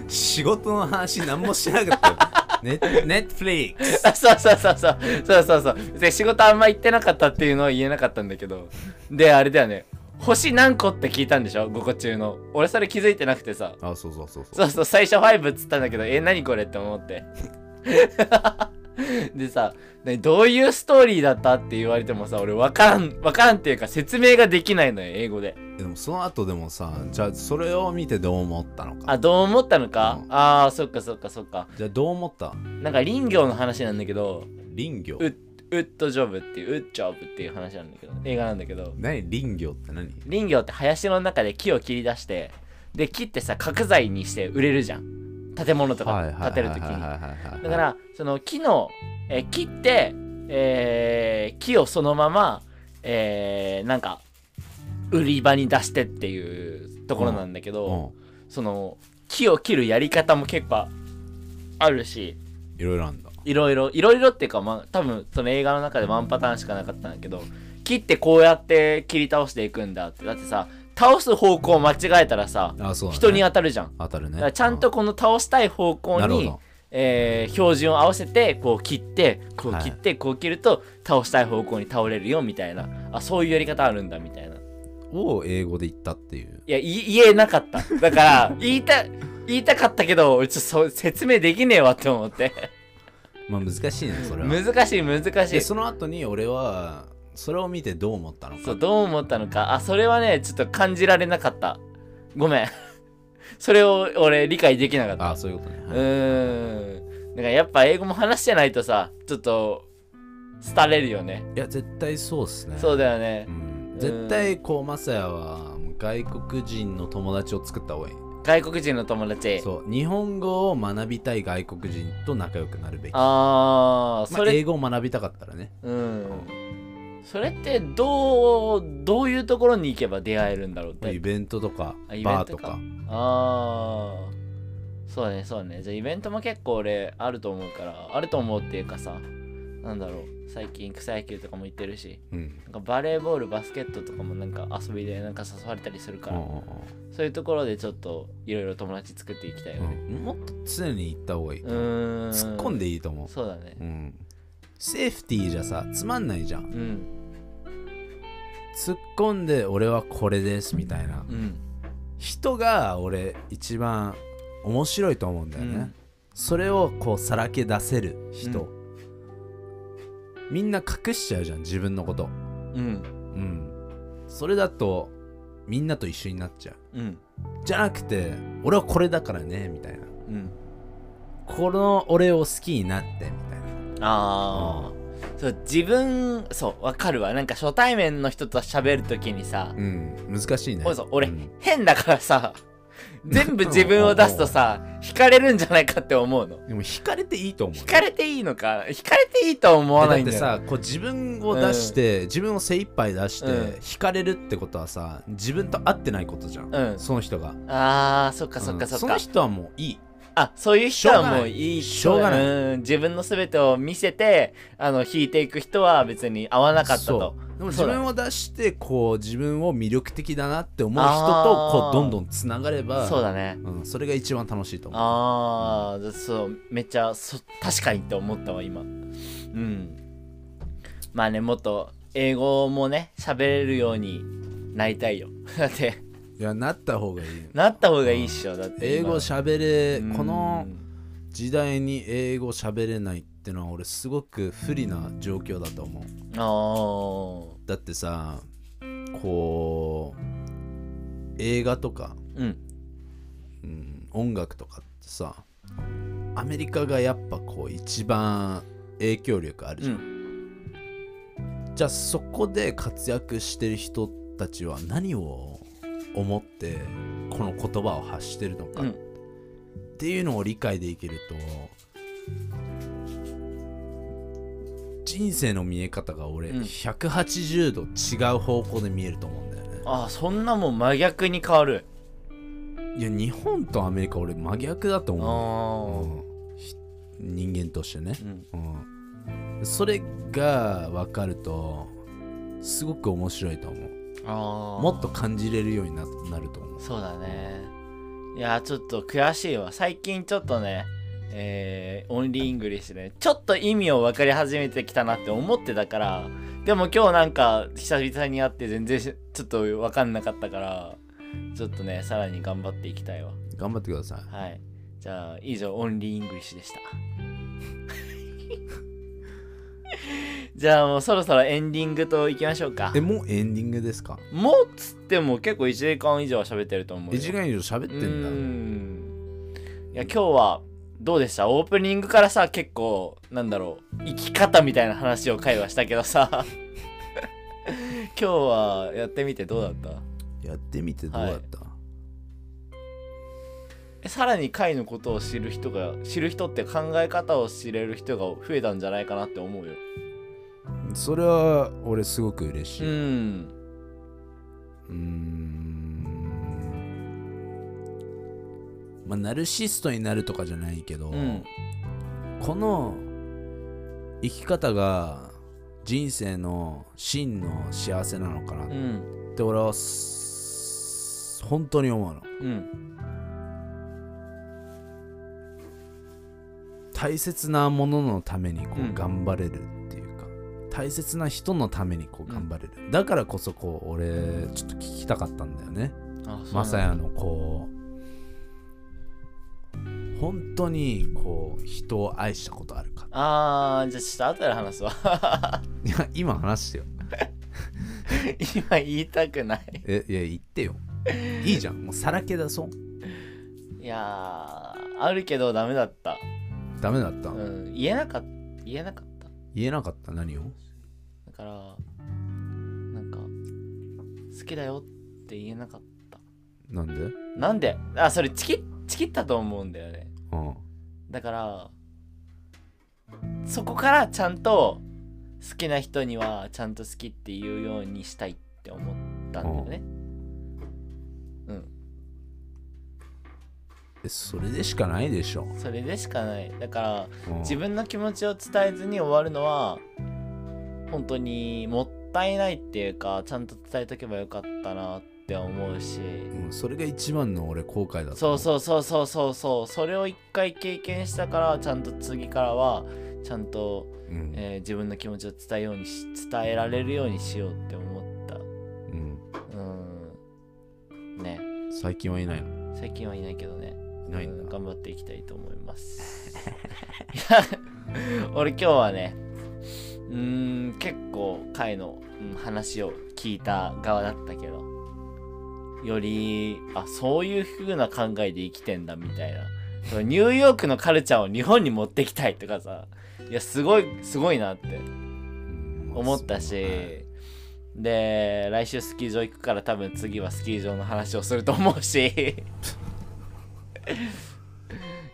Speaker 1: 仕事の話何もしなか ったよネネットフリックス
Speaker 2: あそうそうそうそうそうそうそうで仕事あんま行ってなかったっていうのは言えなかったんだけどであれだよね星何個って聞いたんでしょ5個中の俺それ気づいてなくてさ
Speaker 1: あそうそうそうそう
Speaker 2: そうそう最初5っつったんだけどえ何これって思ってでさねどういうストーリーだったって言われてもさ俺分からん分からんっていうか説明ができないのよ英語で
Speaker 1: えでもその後でもさじゃあそれを見てどう思ったの
Speaker 2: あ
Speaker 1: か
Speaker 2: どう思ったのか、
Speaker 1: うん
Speaker 2: あーそっかそっかそっか
Speaker 1: じゃあどう思った
Speaker 2: なんか林業の話なんだけど
Speaker 1: 林業
Speaker 2: うウッドジョブっていうウッジョブっていう話なんだけど映画なんだけど
Speaker 1: 何林業って何
Speaker 2: 林業って林の中で木を切り出してで木ってさ角材にして売れるじゃん建物とか建てるときにだ
Speaker 1: だ
Speaker 2: からその木の、えー切って、えー木をそのまま、えーなんか売り場に出してっていうところなんだけど、
Speaker 1: うん
Speaker 2: その木を切るやり方も結構あるし
Speaker 1: いろいろあんだ
Speaker 2: いろいろいろいろっていうか、まあ、多分その映画の中でワンパターンしかなかったんだけど切ってこうやって切り倒していくんだってだってさ倒す方向を間違えたらさ、
Speaker 1: あそうだね
Speaker 2: 人に当たるじゃん、
Speaker 1: 当たる
Speaker 2: だ
Speaker 1: ね
Speaker 2: からちゃんとこの倒したい方
Speaker 1: うん
Speaker 2: 向
Speaker 1: なるほ
Speaker 2: に
Speaker 1: ど、
Speaker 2: えー標準を合わせてこう切ってこう切って、こう切ると倒したい方向に倒れるよみたいなあそういうやり方あるんだみたいない
Speaker 1: を英語で言ったっていう
Speaker 2: やい言えなかっただから 言いた言いたかったけど俺ちょっとそう説明できねえわって思って
Speaker 1: まあ難しいねそれは
Speaker 2: 難しい難しい
Speaker 1: でその後に俺はそれを見てどう思ったのか
Speaker 2: そうどう思ったのかあそれはねちょっと感じられなかったごめん それを俺理解できなかった
Speaker 1: あそういうことね、
Speaker 2: う
Speaker 1: はい
Speaker 2: ーんだからやっぱ英語も話してないとさちょっと廃れるよね
Speaker 1: いや絶対そうっすね
Speaker 2: そうだよね
Speaker 1: うん絶対こうマサヤはもう外国人の友達を作った方がいい
Speaker 2: 外国人の友達
Speaker 1: そう日本語を学びたい外国人と仲良くなるべき、ま
Speaker 2: ああ
Speaker 1: あ
Speaker 2: そ、れ、
Speaker 1: 英語を学びたかったらね
Speaker 2: うんそれってどうどういうところに行けば出会えるんだろうっ
Speaker 1: イ
Speaker 2: て
Speaker 1: ベントとか
Speaker 2: あイベントか
Speaker 1: バーとか
Speaker 2: ああそうだねそうだねじゃあイベントも結構俺あると思うからあると思うっていうかさなんだろう最近草野球とかも行ってるし
Speaker 1: うん
Speaker 2: なんかバレーボールバスケットとかもなんか遊びでなんか誘われたりするか
Speaker 1: う
Speaker 2: ら、
Speaker 1: んうんうん
Speaker 2: そういうところでちょっといろいろ友達作っていきたいよね
Speaker 1: うんもっと常に行った方がいいう
Speaker 2: ーん
Speaker 1: 突っ込ん
Speaker 2: で
Speaker 1: でいいと思
Speaker 2: そうだね
Speaker 1: う、うん、セーフティーじゃさつまんないじゃん
Speaker 2: うん
Speaker 1: 突っ込んで俺はこれですみたいな
Speaker 2: うん
Speaker 1: 人が俺一番面白いと思うんだよね、
Speaker 2: うん
Speaker 1: それをこうさらけ出せる人、みんな隠しちゃうじゃん自分のこと
Speaker 2: うん
Speaker 1: うんそれだとみんなと一緒になっちゃう
Speaker 2: うん
Speaker 1: じゃなくて俺はこれだからねみたいな
Speaker 2: うん
Speaker 1: この俺を好きになってみたいな
Speaker 2: ああ、そう自分そうわかるわなんか初対面の人と喋るときにさ、
Speaker 1: うん難しいね
Speaker 2: おいそう俺、
Speaker 1: うん
Speaker 2: 変だか らさ全部自分を出すとさ惹かれるんじゃないかって思うの
Speaker 1: でも惹かれていいと思うよ
Speaker 2: 惹かれていいのか惹かれていいとは思わ
Speaker 1: だ
Speaker 2: な
Speaker 1: っ
Speaker 2: いん
Speaker 1: て
Speaker 2: だよ
Speaker 1: さこう自分を出して、自分を精一杯出して、
Speaker 2: うん
Speaker 1: 惹かれるってことはさ自分と合ってないことじゃん、
Speaker 2: うん
Speaker 1: その人が
Speaker 2: あーそっかそっか
Speaker 1: う
Speaker 2: そっ
Speaker 1: んそ
Speaker 2: か、
Speaker 1: の人はもういい
Speaker 2: あそういう人はもういい
Speaker 1: しょうがないしょう
Speaker 2: うん自分の全てを見せてあの引いていく人は別に合わなかったと
Speaker 1: そうでも
Speaker 2: そ
Speaker 1: 自
Speaker 2: うだ
Speaker 1: 分を出してこう自分を魅力的だなって思う人とこ
Speaker 2: あー
Speaker 1: うどんどんつながれば
Speaker 2: そうだね
Speaker 1: うん、それが一番楽しいと思う
Speaker 2: ああそうめっちゃそ確かにって思ったわ今うんまあねもっと英語もね喋れるようになりたいよ だって
Speaker 1: いやなった方がいい
Speaker 2: なった方がいいっしょだって
Speaker 1: 英
Speaker 2: 今
Speaker 1: 語喋れ
Speaker 2: うん
Speaker 1: この時代に英語喋れないってのは俺すごく不利な状況だと思う
Speaker 2: あ
Speaker 1: だってさこう映画とか、
Speaker 2: あうん
Speaker 1: うん、音楽とかってさアメリカがやっぱこう一番影響力ある
Speaker 2: う
Speaker 1: じゃん、
Speaker 2: ん
Speaker 1: じゃあそこで活躍してる人たちは何を思ってこの言葉を発してるのか、
Speaker 2: うん
Speaker 1: っていうのを理解できると人生の見え方が俺、
Speaker 2: うん
Speaker 1: 180度違う方向で見えると思うんだよね
Speaker 2: ああそんなもん真逆に変わる
Speaker 1: いや日本とアメリカ俺真逆だと
Speaker 2: あ
Speaker 1: 思う、
Speaker 2: あ
Speaker 1: うんひ人間としてね、
Speaker 2: うん
Speaker 1: うん、それが分かるとすごく面白いと思う
Speaker 2: あー
Speaker 1: もっと感じれるようにななると思う
Speaker 2: そうだねいやちょっと悔しいわ最近ちょっとねえーオンリーイングリッシュでちょっと意味を分かり始めてきたなって思ってたからでも今日なんか久々に会って全然しちょっと分かんなかったからちょっとねさらに頑張っていきたいわ
Speaker 1: 頑張ってください
Speaker 2: はいじゃあ以上オンリーイングリッシュでした じゃあもうそろそろエンディングといきましょうか
Speaker 1: えもうエンディングですか
Speaker 2: もうっつっても結構1時間以上は喋ってると思う
Speaker 1: 1
Speaker 2: よ
Speaker 1: 時間以上喋ってんだ
Speaker 2: うんいや今日はどうでしたオープニングからさ結構なんだろう生き方みたいな話を会話したけ どさ今日はやってみてどうだった
Speaker 1: やってみてどうだった、
Speaker 2: えさらに会のことを知る人が知る人って考え方を知れる人が増えたんじゃないかなって思うよ
Speaker 1: それは俺すごく嬉し
Speaker 2: う
Speaker 1: いうんーんまあナルシストになるとかじゃないけど、
Speaker 2: うん
Speaker 1: この生き方が人生の真の幸せなのかな
Speaker 2: う
Speaker 1: っ
Speaker 2: ん
Speaker 1: て俺はす本当に思うの
Speaker 2: うん
Speaker 1: 大切なもののためにこ
Speaker 2: うん
Speaker 1: う頑張れるっていうか、大切な人のためにこう頑張れる、だからこそこう俺ちょっと聞きたかったんだよね
Speaker 2: あそう
Speaker 1: まさやのこう本当にこう人を愛したことあるか
Speaker 2: あーじゃあちょっと後で話すわ
Speaker 1: いや今話して よ
Speaker 2: 今言いたくない
Speaker 1: えいや言ってよいいじゃんもうさらけ出そう
Speaker 2: いやーあるけどダメだった
Speaker 1: ダメだった、
Speaker 2: うん、言えなかった言えなかった
Speaker 1: 言えなかった何を
Speaker 2: だからなんか好きだよって言えなかった
Speaker 1: なんで
Speaker 2: なんであそれチキチキったと思うんだよね
Speaker 1: うん
Speaker 2: だからそこからちゃんと好きな人にはちゃんと好きって言うようにしたいって思ったんだよね
Speaker 1: えそれでしかないでしょ、
Speaker 2: それでしかないだから
Speaker 1: うん
Speaker 2: 自分の気持ちを伝えずに終わるのは本当にもったいないっていうかちゃんと伝えとけばよかったなって思うし
Speaker 1: うんそれが一番の俺後悔だと
Speaker 2: そう
Speaker 1: う
Speaker 2: そうそうそうそうそうそれを一回経験したからちゃんと次からはちゃんと、
Speaker 1: うん、
Speaker 2: えー自分の気持ちを伝えようにし伝えられるようにしようって思った
Speaker 1: う
Speaker 2: うんね
Speaker 1: ん、最近はいないの
Speaker 2: 最近はいないけどね
Speaker 1: いないん
Speaker 2: うん
Speaker 1: だ
Speaker 2: 頑張っていきたいと思います いや俺今日はねうーん結構回のうん話を聞いた側だったけどよりあそういう風な考えで生きてんだみたいなそのニューヨークのカルチャーを日本に持ってきたいとかさいやすごいすごいなって
Speaker 1: うんまあ
Speaker 2: 思った
Speaker 1: そう
Speaker 2: し
Speaker 1: はい
Speaker 2: で来週スキー場行くから多分次はスキー場の話をすると思うし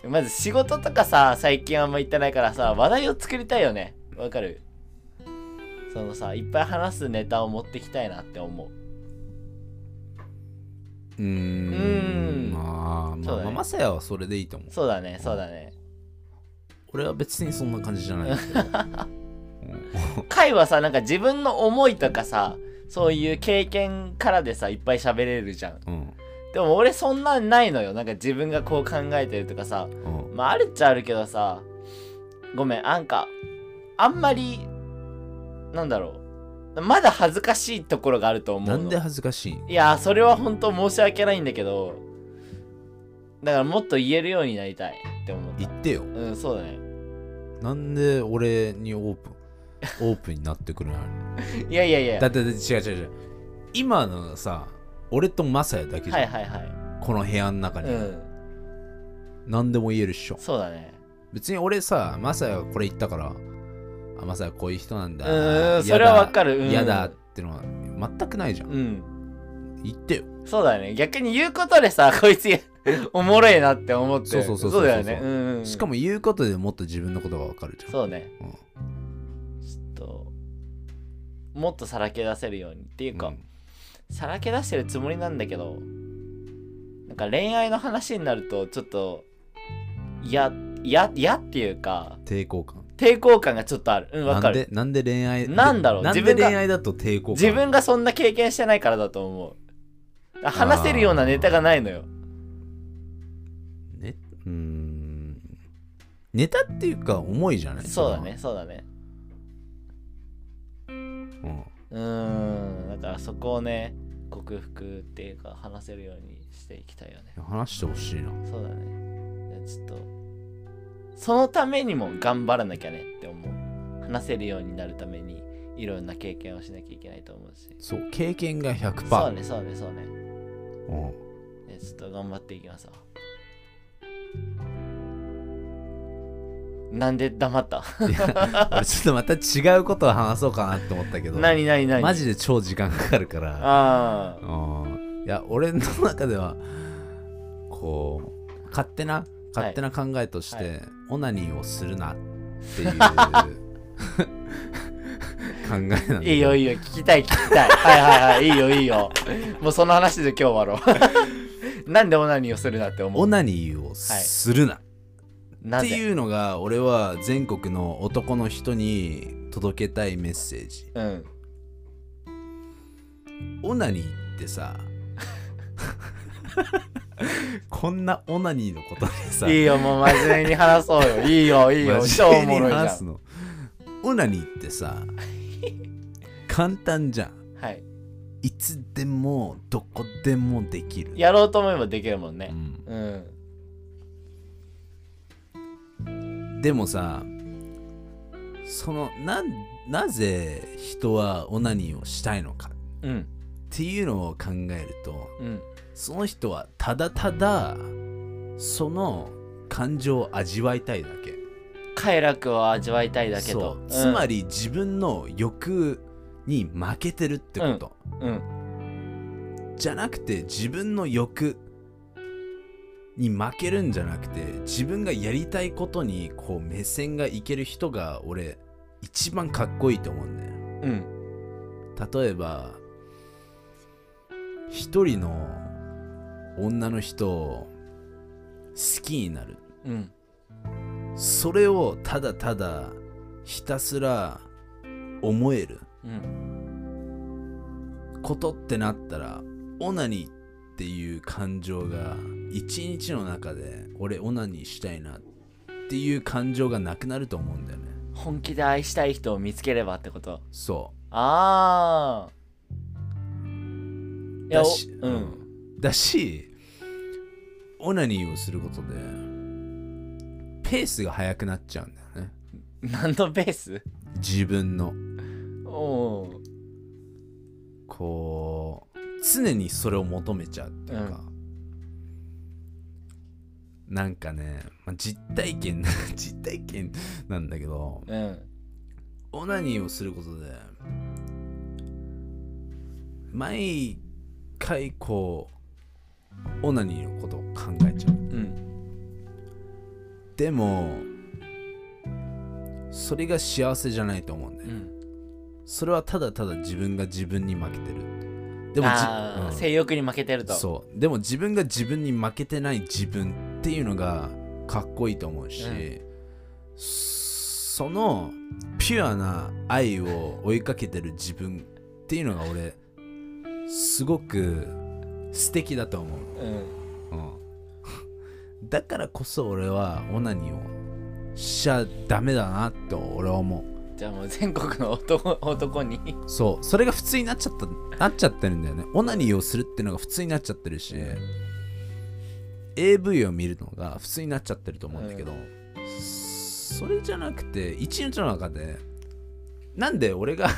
Speaker 2: まず仕事とかさ最近あんま行ってないからさ話題を作りたいよねわかるそのさいっぱい話すネタを持ってきたいなって思う
Speaker 1: うー
Speaker 2: うーん
Speaker 1: んまあ
Speaker 2: そうだ
Speaker 1: ま
Speaker 2: ね
Speaker 1: あまさやはそれでいいと思う
Speaker 2: そうだねそうだね
Speaker 1: 俺は別にそんな感じじゃないけど
Speaker 2: 会はさなんか自分の思いとかさそういう経験からでさいっぱい喋れるじゃん
Speaker 1: うん
Speaker 2: でも俺そんなんないのよなんか自分がこう考えてるとかさ
Speaker 1: うん
Speaker 2: まああるっちゃあるけどさごめんなんかあんまりなんだろうまだ恥ずかしいところがあると思う
Speaker 1: な
Speaker 2: の
Speaker 1: んで恥ずかしいん
Speaker 2: いやそれは本当申し訳ないんだけどだからもっと言えるようになりたいって思っ
Speaker 1: 言
Speaker 2: た
Speaker 1: ってよ
Speaker 2: うんそうだね
Speaker 1: なんで俺にオープンオープンになってくれないの
Speaker 2: いやいやいや
Speaker 1: だってだって違う違う違う今のさ俺とマサヤだけじゃん、
Speaker 2: はいはいは
Speaker 1: この部屋の中
Speaker 2: い
Speaker 1: に、
Speaker 2: うん
Speaker 1: 何でも言えるっしょ
Speaker 2: そうだね
Speaker 1: 別に俺さマサヤがこれ言ったからあマサヤこういう人なんだ
Speaker 2: うんうん
Speaker 1: やだ
Speaker 2: それはわかるうん
Speaker 1: 嫌だってのは全くないじゃん、
Speaker 2: うん
Speaker 1: 言ってよ
Speaker 2: そうだね逆に言うことでさこいつおもろいなって思って
Speaker 1: そうそうそうそうそう
Speaker 2: だよねうんうんうん
Speaker 1: しかも言うことでもっと自分のことがわかるじゃん
Speaker 2: そうね
Speaker 1: うん
Speaker 2: ちょっともっとさらけ出せるようにっていうか、
Speaker 1: うん
Speaker 2: さらけ出してるつもりなんだけどなんか恋愛の話になるとちょっと嫌嫌嫌っていうか
Speaker 1: 抵抗感
Speaker 2: 抵抗感がちょっとあるうんわ
Speaker 1: な
Speaker 2: か
Speaker 1: ん
Speaker 2: る
Speaker 1: でなんで恋愛
Speaker 2: なんだろう
Speaker 1: なんで
Speaker 2: 自分が
Speaker 1: 恋愛だと抵抗感
Speaker 2: 自分がそんな経験してないからだと思う話せるようなネタがないのよ
Speaker 1: ねうーんネタっていうか重いじゃない
Speaker 2: そうだねそうだね
Speaker 1: それは
Speaker 2: うーんだからそこをね克服っていうか話せるようにしていきたいよね
Speaker 1: うん話してほしいな
Speaker 2: そうだねちょっとそのためにも頑張らなきゃねって思う話せるようになるためにいろんな経験をしなきゃいけないと思うし
Speaker 1: そう経験が100%
Speaker 2: そうねそうねそうね
Speaker 1: うん
Speaker 2: えちょっと頑張っていきますわなんで黙った
Speaker 1: 俺ちょっとまた違うことを話そうかなって思ったけど
Speaker 2: 何何何
Speaker 1: マジで超時間かかるから
Speaker 2: ああ
Speaker 1: うんいや俺の中ではこう勝手な勝手な考えとして、オナニーをするなっ ていう考えなんだけど
Speaker 2: いいよいいよ聞きたい聞き たいはいはいはいいいよいいよもうその話で今日終わろ うなんでオナニーをするなって思
Speaker 1: オ
Speaker 2: う
Speaker 1: ナニーをするな、
Speaker 2: な
Speaker 1: って
Speaker 2: ぜ
Speaker 1: いうのが俺は全国の男の人に届けたいメッセージ
Speaker 2: うん
Speaker 1: オナニーって さこんなオナニーのことでさ
Speaker 2: いいよもう真面目に話そうよいいよいいよ
Speaker 1: 真
Speaker 2: 超お
Speaker 1: 面
Speaker 2: も
Speaker 1: 目
Speaker 2: ろ
Speaker 1: に
Speaker 2: いじゃ
Speaker 1: 話す
Speaker 2: ん
Speaker 1: のオナニーって さ簡単じゃん
Speaker 2: はい
Speaker 1: いつでもどこでもできる
Speaker 2: やろうと思えばできるもん
Speaker 1: う
Speaker 2: ね
Speaker 1: ん
Speaker 2: うん
Speaker 1: でもさそのなんなぜ人はオナニーをしたいのか
Speaker 2: うん
Speaker 1: っていうのを考えると
Speaker 2: うん
Speaker 1: その人はただただその感情を味わいたいだけ
Speaker 2: 快楽を味わいたいだけ
Speaker 1: そ
Speaker 2: ど
Speaker 1: うつまり自分の欲に負けてるってこと、
Speaker 2: うんうん
Speaker 1: じゃなくて自分の欲に負けるんじゃなくて自分がやりたいことにこう目線がいける人が俺一番かっこいいと思うんだよ
Speaker 2: うん
Speaker 1: 例えば一人の女の人を好きになる
Speaker 2: うん
Speaker 1: それをただただひたすら思える
Speaker 2: うん
Speaker 1: ことってなったらオナニーっていう感情が一日の中で俺オナニーしたいなっていう感情がなくなると思うんだよね
Speaker 2: 本気で愛したい人を見つければってこと
Speaker 1: そ
Speaker 2: ああ
Speaker 1: う
Speaker 2: いや
Speaker 1: だ
Speaker 2: お
Speaker 1: し、
Speaker 2: うん
Speaker 1: だしオナニーをすることでペースが速くなっちゃうんだよね
Speaker 2: 何のベース
Speaker 1: 自分の
Speaker 2: おお
Speaker 1: こう常にそれを求めちゃうっていうか、なんかね、まあ、実体験 実体験なんだけど
Speaker 2: ーうん
Speaker 1: オナニーをすることで毎回こうオナニーのことを考えちゃう
Speaker 2: うん
Speaker 1: でもそれが幸せじゃないと思うんだ
Speaker 2: う
Speaker 1: よ、
Speaker 2: ん
Speaker 1: それはただただ自分が自分に負けてるでもじ
Speaker 2: あ
Speaker 1: うん
Speaker 2: ー性欲に負けてると
Speaker 1: そうでも自分が自分に負けてない自分っていうのがかっこいいと思うし、
Speaker 2: うん
Speaker 1: そのピュアな愛を追いかけてる自分っていうのが俺すごく素敵だと思う、
Speaker 2: うん
Speaker 1: うんだからこそ俺はオナニーをしちゃダメだなと俺は思う
Speaker 2: じゃあもう全国の男男に
Speaker 1: そうそれが普通になっちゃったなっちゃってるんだよねオナニーをするっていうのが普通になっちゃってるし、AV を見るのが普通になっちゃってると思うんだけど、それじゃなくて一日の中でなんで俺が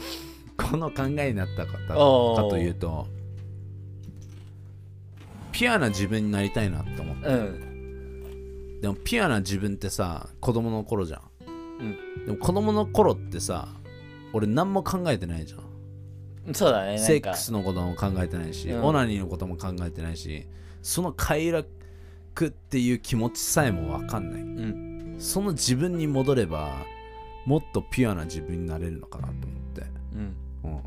Speaker 1: この考えになったかたか
Speaker 2: おー
Speaker 1: というとピュアな自分になりたいなって思って
Speaker 2: うん
Speaker 1: でもピュアな自分ってさ子供の頃じゃん、
Speaker 2: う
Speaker 1: でも子供の頃ってさ俺何も考えてないじゃん
Speaker 2: そうだねな
Speaker 1: セ
Speaker 2: ん
Speaker 1: ッ
Speaker 2: か
Speaker 1: クスのことも考えてないし、
Speaker 2: うん
Speaker 1: オナニーのことも考えてないしその快楽っていう気持ちさえも分かんない
Speaker 2: うん
Speaker 1: その自分に戻ればもっとピュアな自分になれるのかなと思って、
Speaker 2: うん
Speaker 1: うん、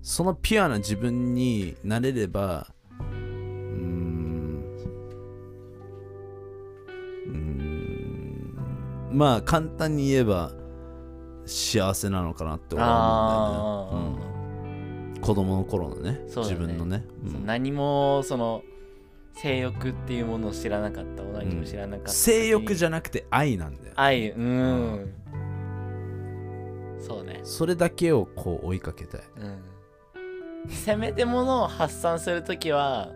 Speaker 1: そのピュアな自分になれればうーんうーんまあ簡単に言えば幸せなのかなって俺は
Speaker 2: あ
Speaker 1: 思うんだよね、
Speaker 2: ー
Speaker 1: うん、子供の頃のね
Speaker 2: そうだ
Speaker 1: 自
Speaker 2: ね
Speaker 1: 分のね、うん
Speaker 2: そう何もその性欲っていうものを知らなかった何も知らなかった、
Speaker 1: 性欲じ
Speaker 2: ゃ
Speaker 1: ゃなくて愛なんだよ
Speaker 2: 愛うん、そうね
Speaker 1: それだけをこう追いかけたい
Speaker 2: うんせめてものを発散するときは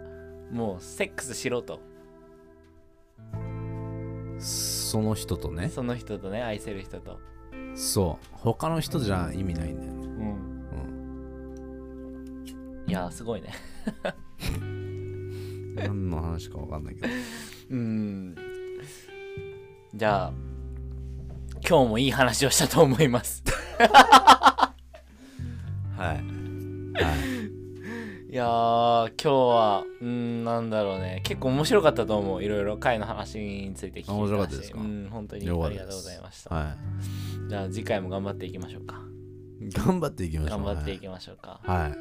Speaker 2: もうセックスしろと
Speaker 1: その人とね
Speaker 2: その人とね愛せる人と
Speaker 1: そう他の人じゃ意味ないんだよね、
Speaker 2: うん
Speaker 1: うん、
Speaker 2: いやーすごいね
Speaker 1: 何の話か分かんないけど
Speaker 2: うんじゃあ今日もいい話をしたと思います
Speaker 1: はい、
Speaker 2: いやー今日はうんなんだろうね結構面白かったと思ういろいろ回の話について聞いて
Speaker 1: 面白かったですか
Speaker 2: うん本当に
Speaker 1: よかっ
Speaker 2: あ
Speaker 1: た
Speaker 2: りが
Speaker 1: です
Speaker 2: とうございました
Speaker 1: は
Speaker 2: じゃあ次回も頑張っていきましょうか
Speaker 1: い、頑張っていきましょう
Speaker 2: 頑張っていきましょうか、
Speaker 1: はい、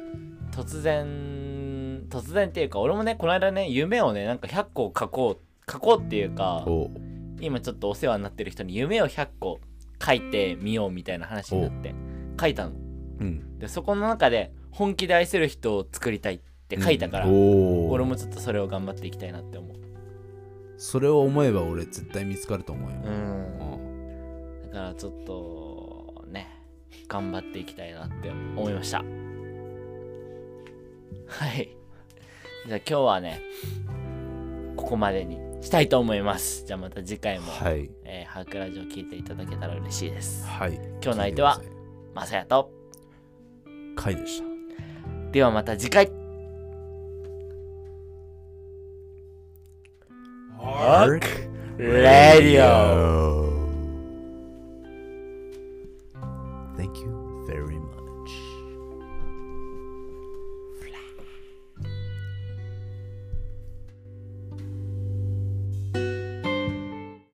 Speaker 2: 突然突然っていうか俺もねこの間ね夢をねなんか100個書こう書こうっていうか
Speaker 1: お
Speaker 2: 今ちょっとお世話になってる人に夢を100個書いてみようみたいな話になって書いたの
Speaker 1: うん
Speaker 2: でそこの中で本気で愛せる人を作りたいって書いたから、
Speaker 1: うんお俺
Speaker 2: 俺
Speaker 1: も
Speaker 2: もちょっとそれを頑張っていきたいなって思う
Speaker 1: それを思えば俺絶対見つかると思うよ、
Speaker 2: うん
Speaker 1: うん
Speaker 2: だからちょっとね頑張っていきたいなって思いましたはいじゃあ今日はねここまでにしたいと思いますじゃあまた次回も、
Speaker 1: はい
Speaker 2: えー、ハークラジオ聞いていただけたら嬉しいです
Speaker 1: はい
Speaker 2: 今日の相手は
Speaker 1: 聞いてくだ
Speaker 2: まさやと
Speaker 1: さい回でした
Speaker 2: ではまた次回
Speaker 3: Hard.
Speaker 2: レディオ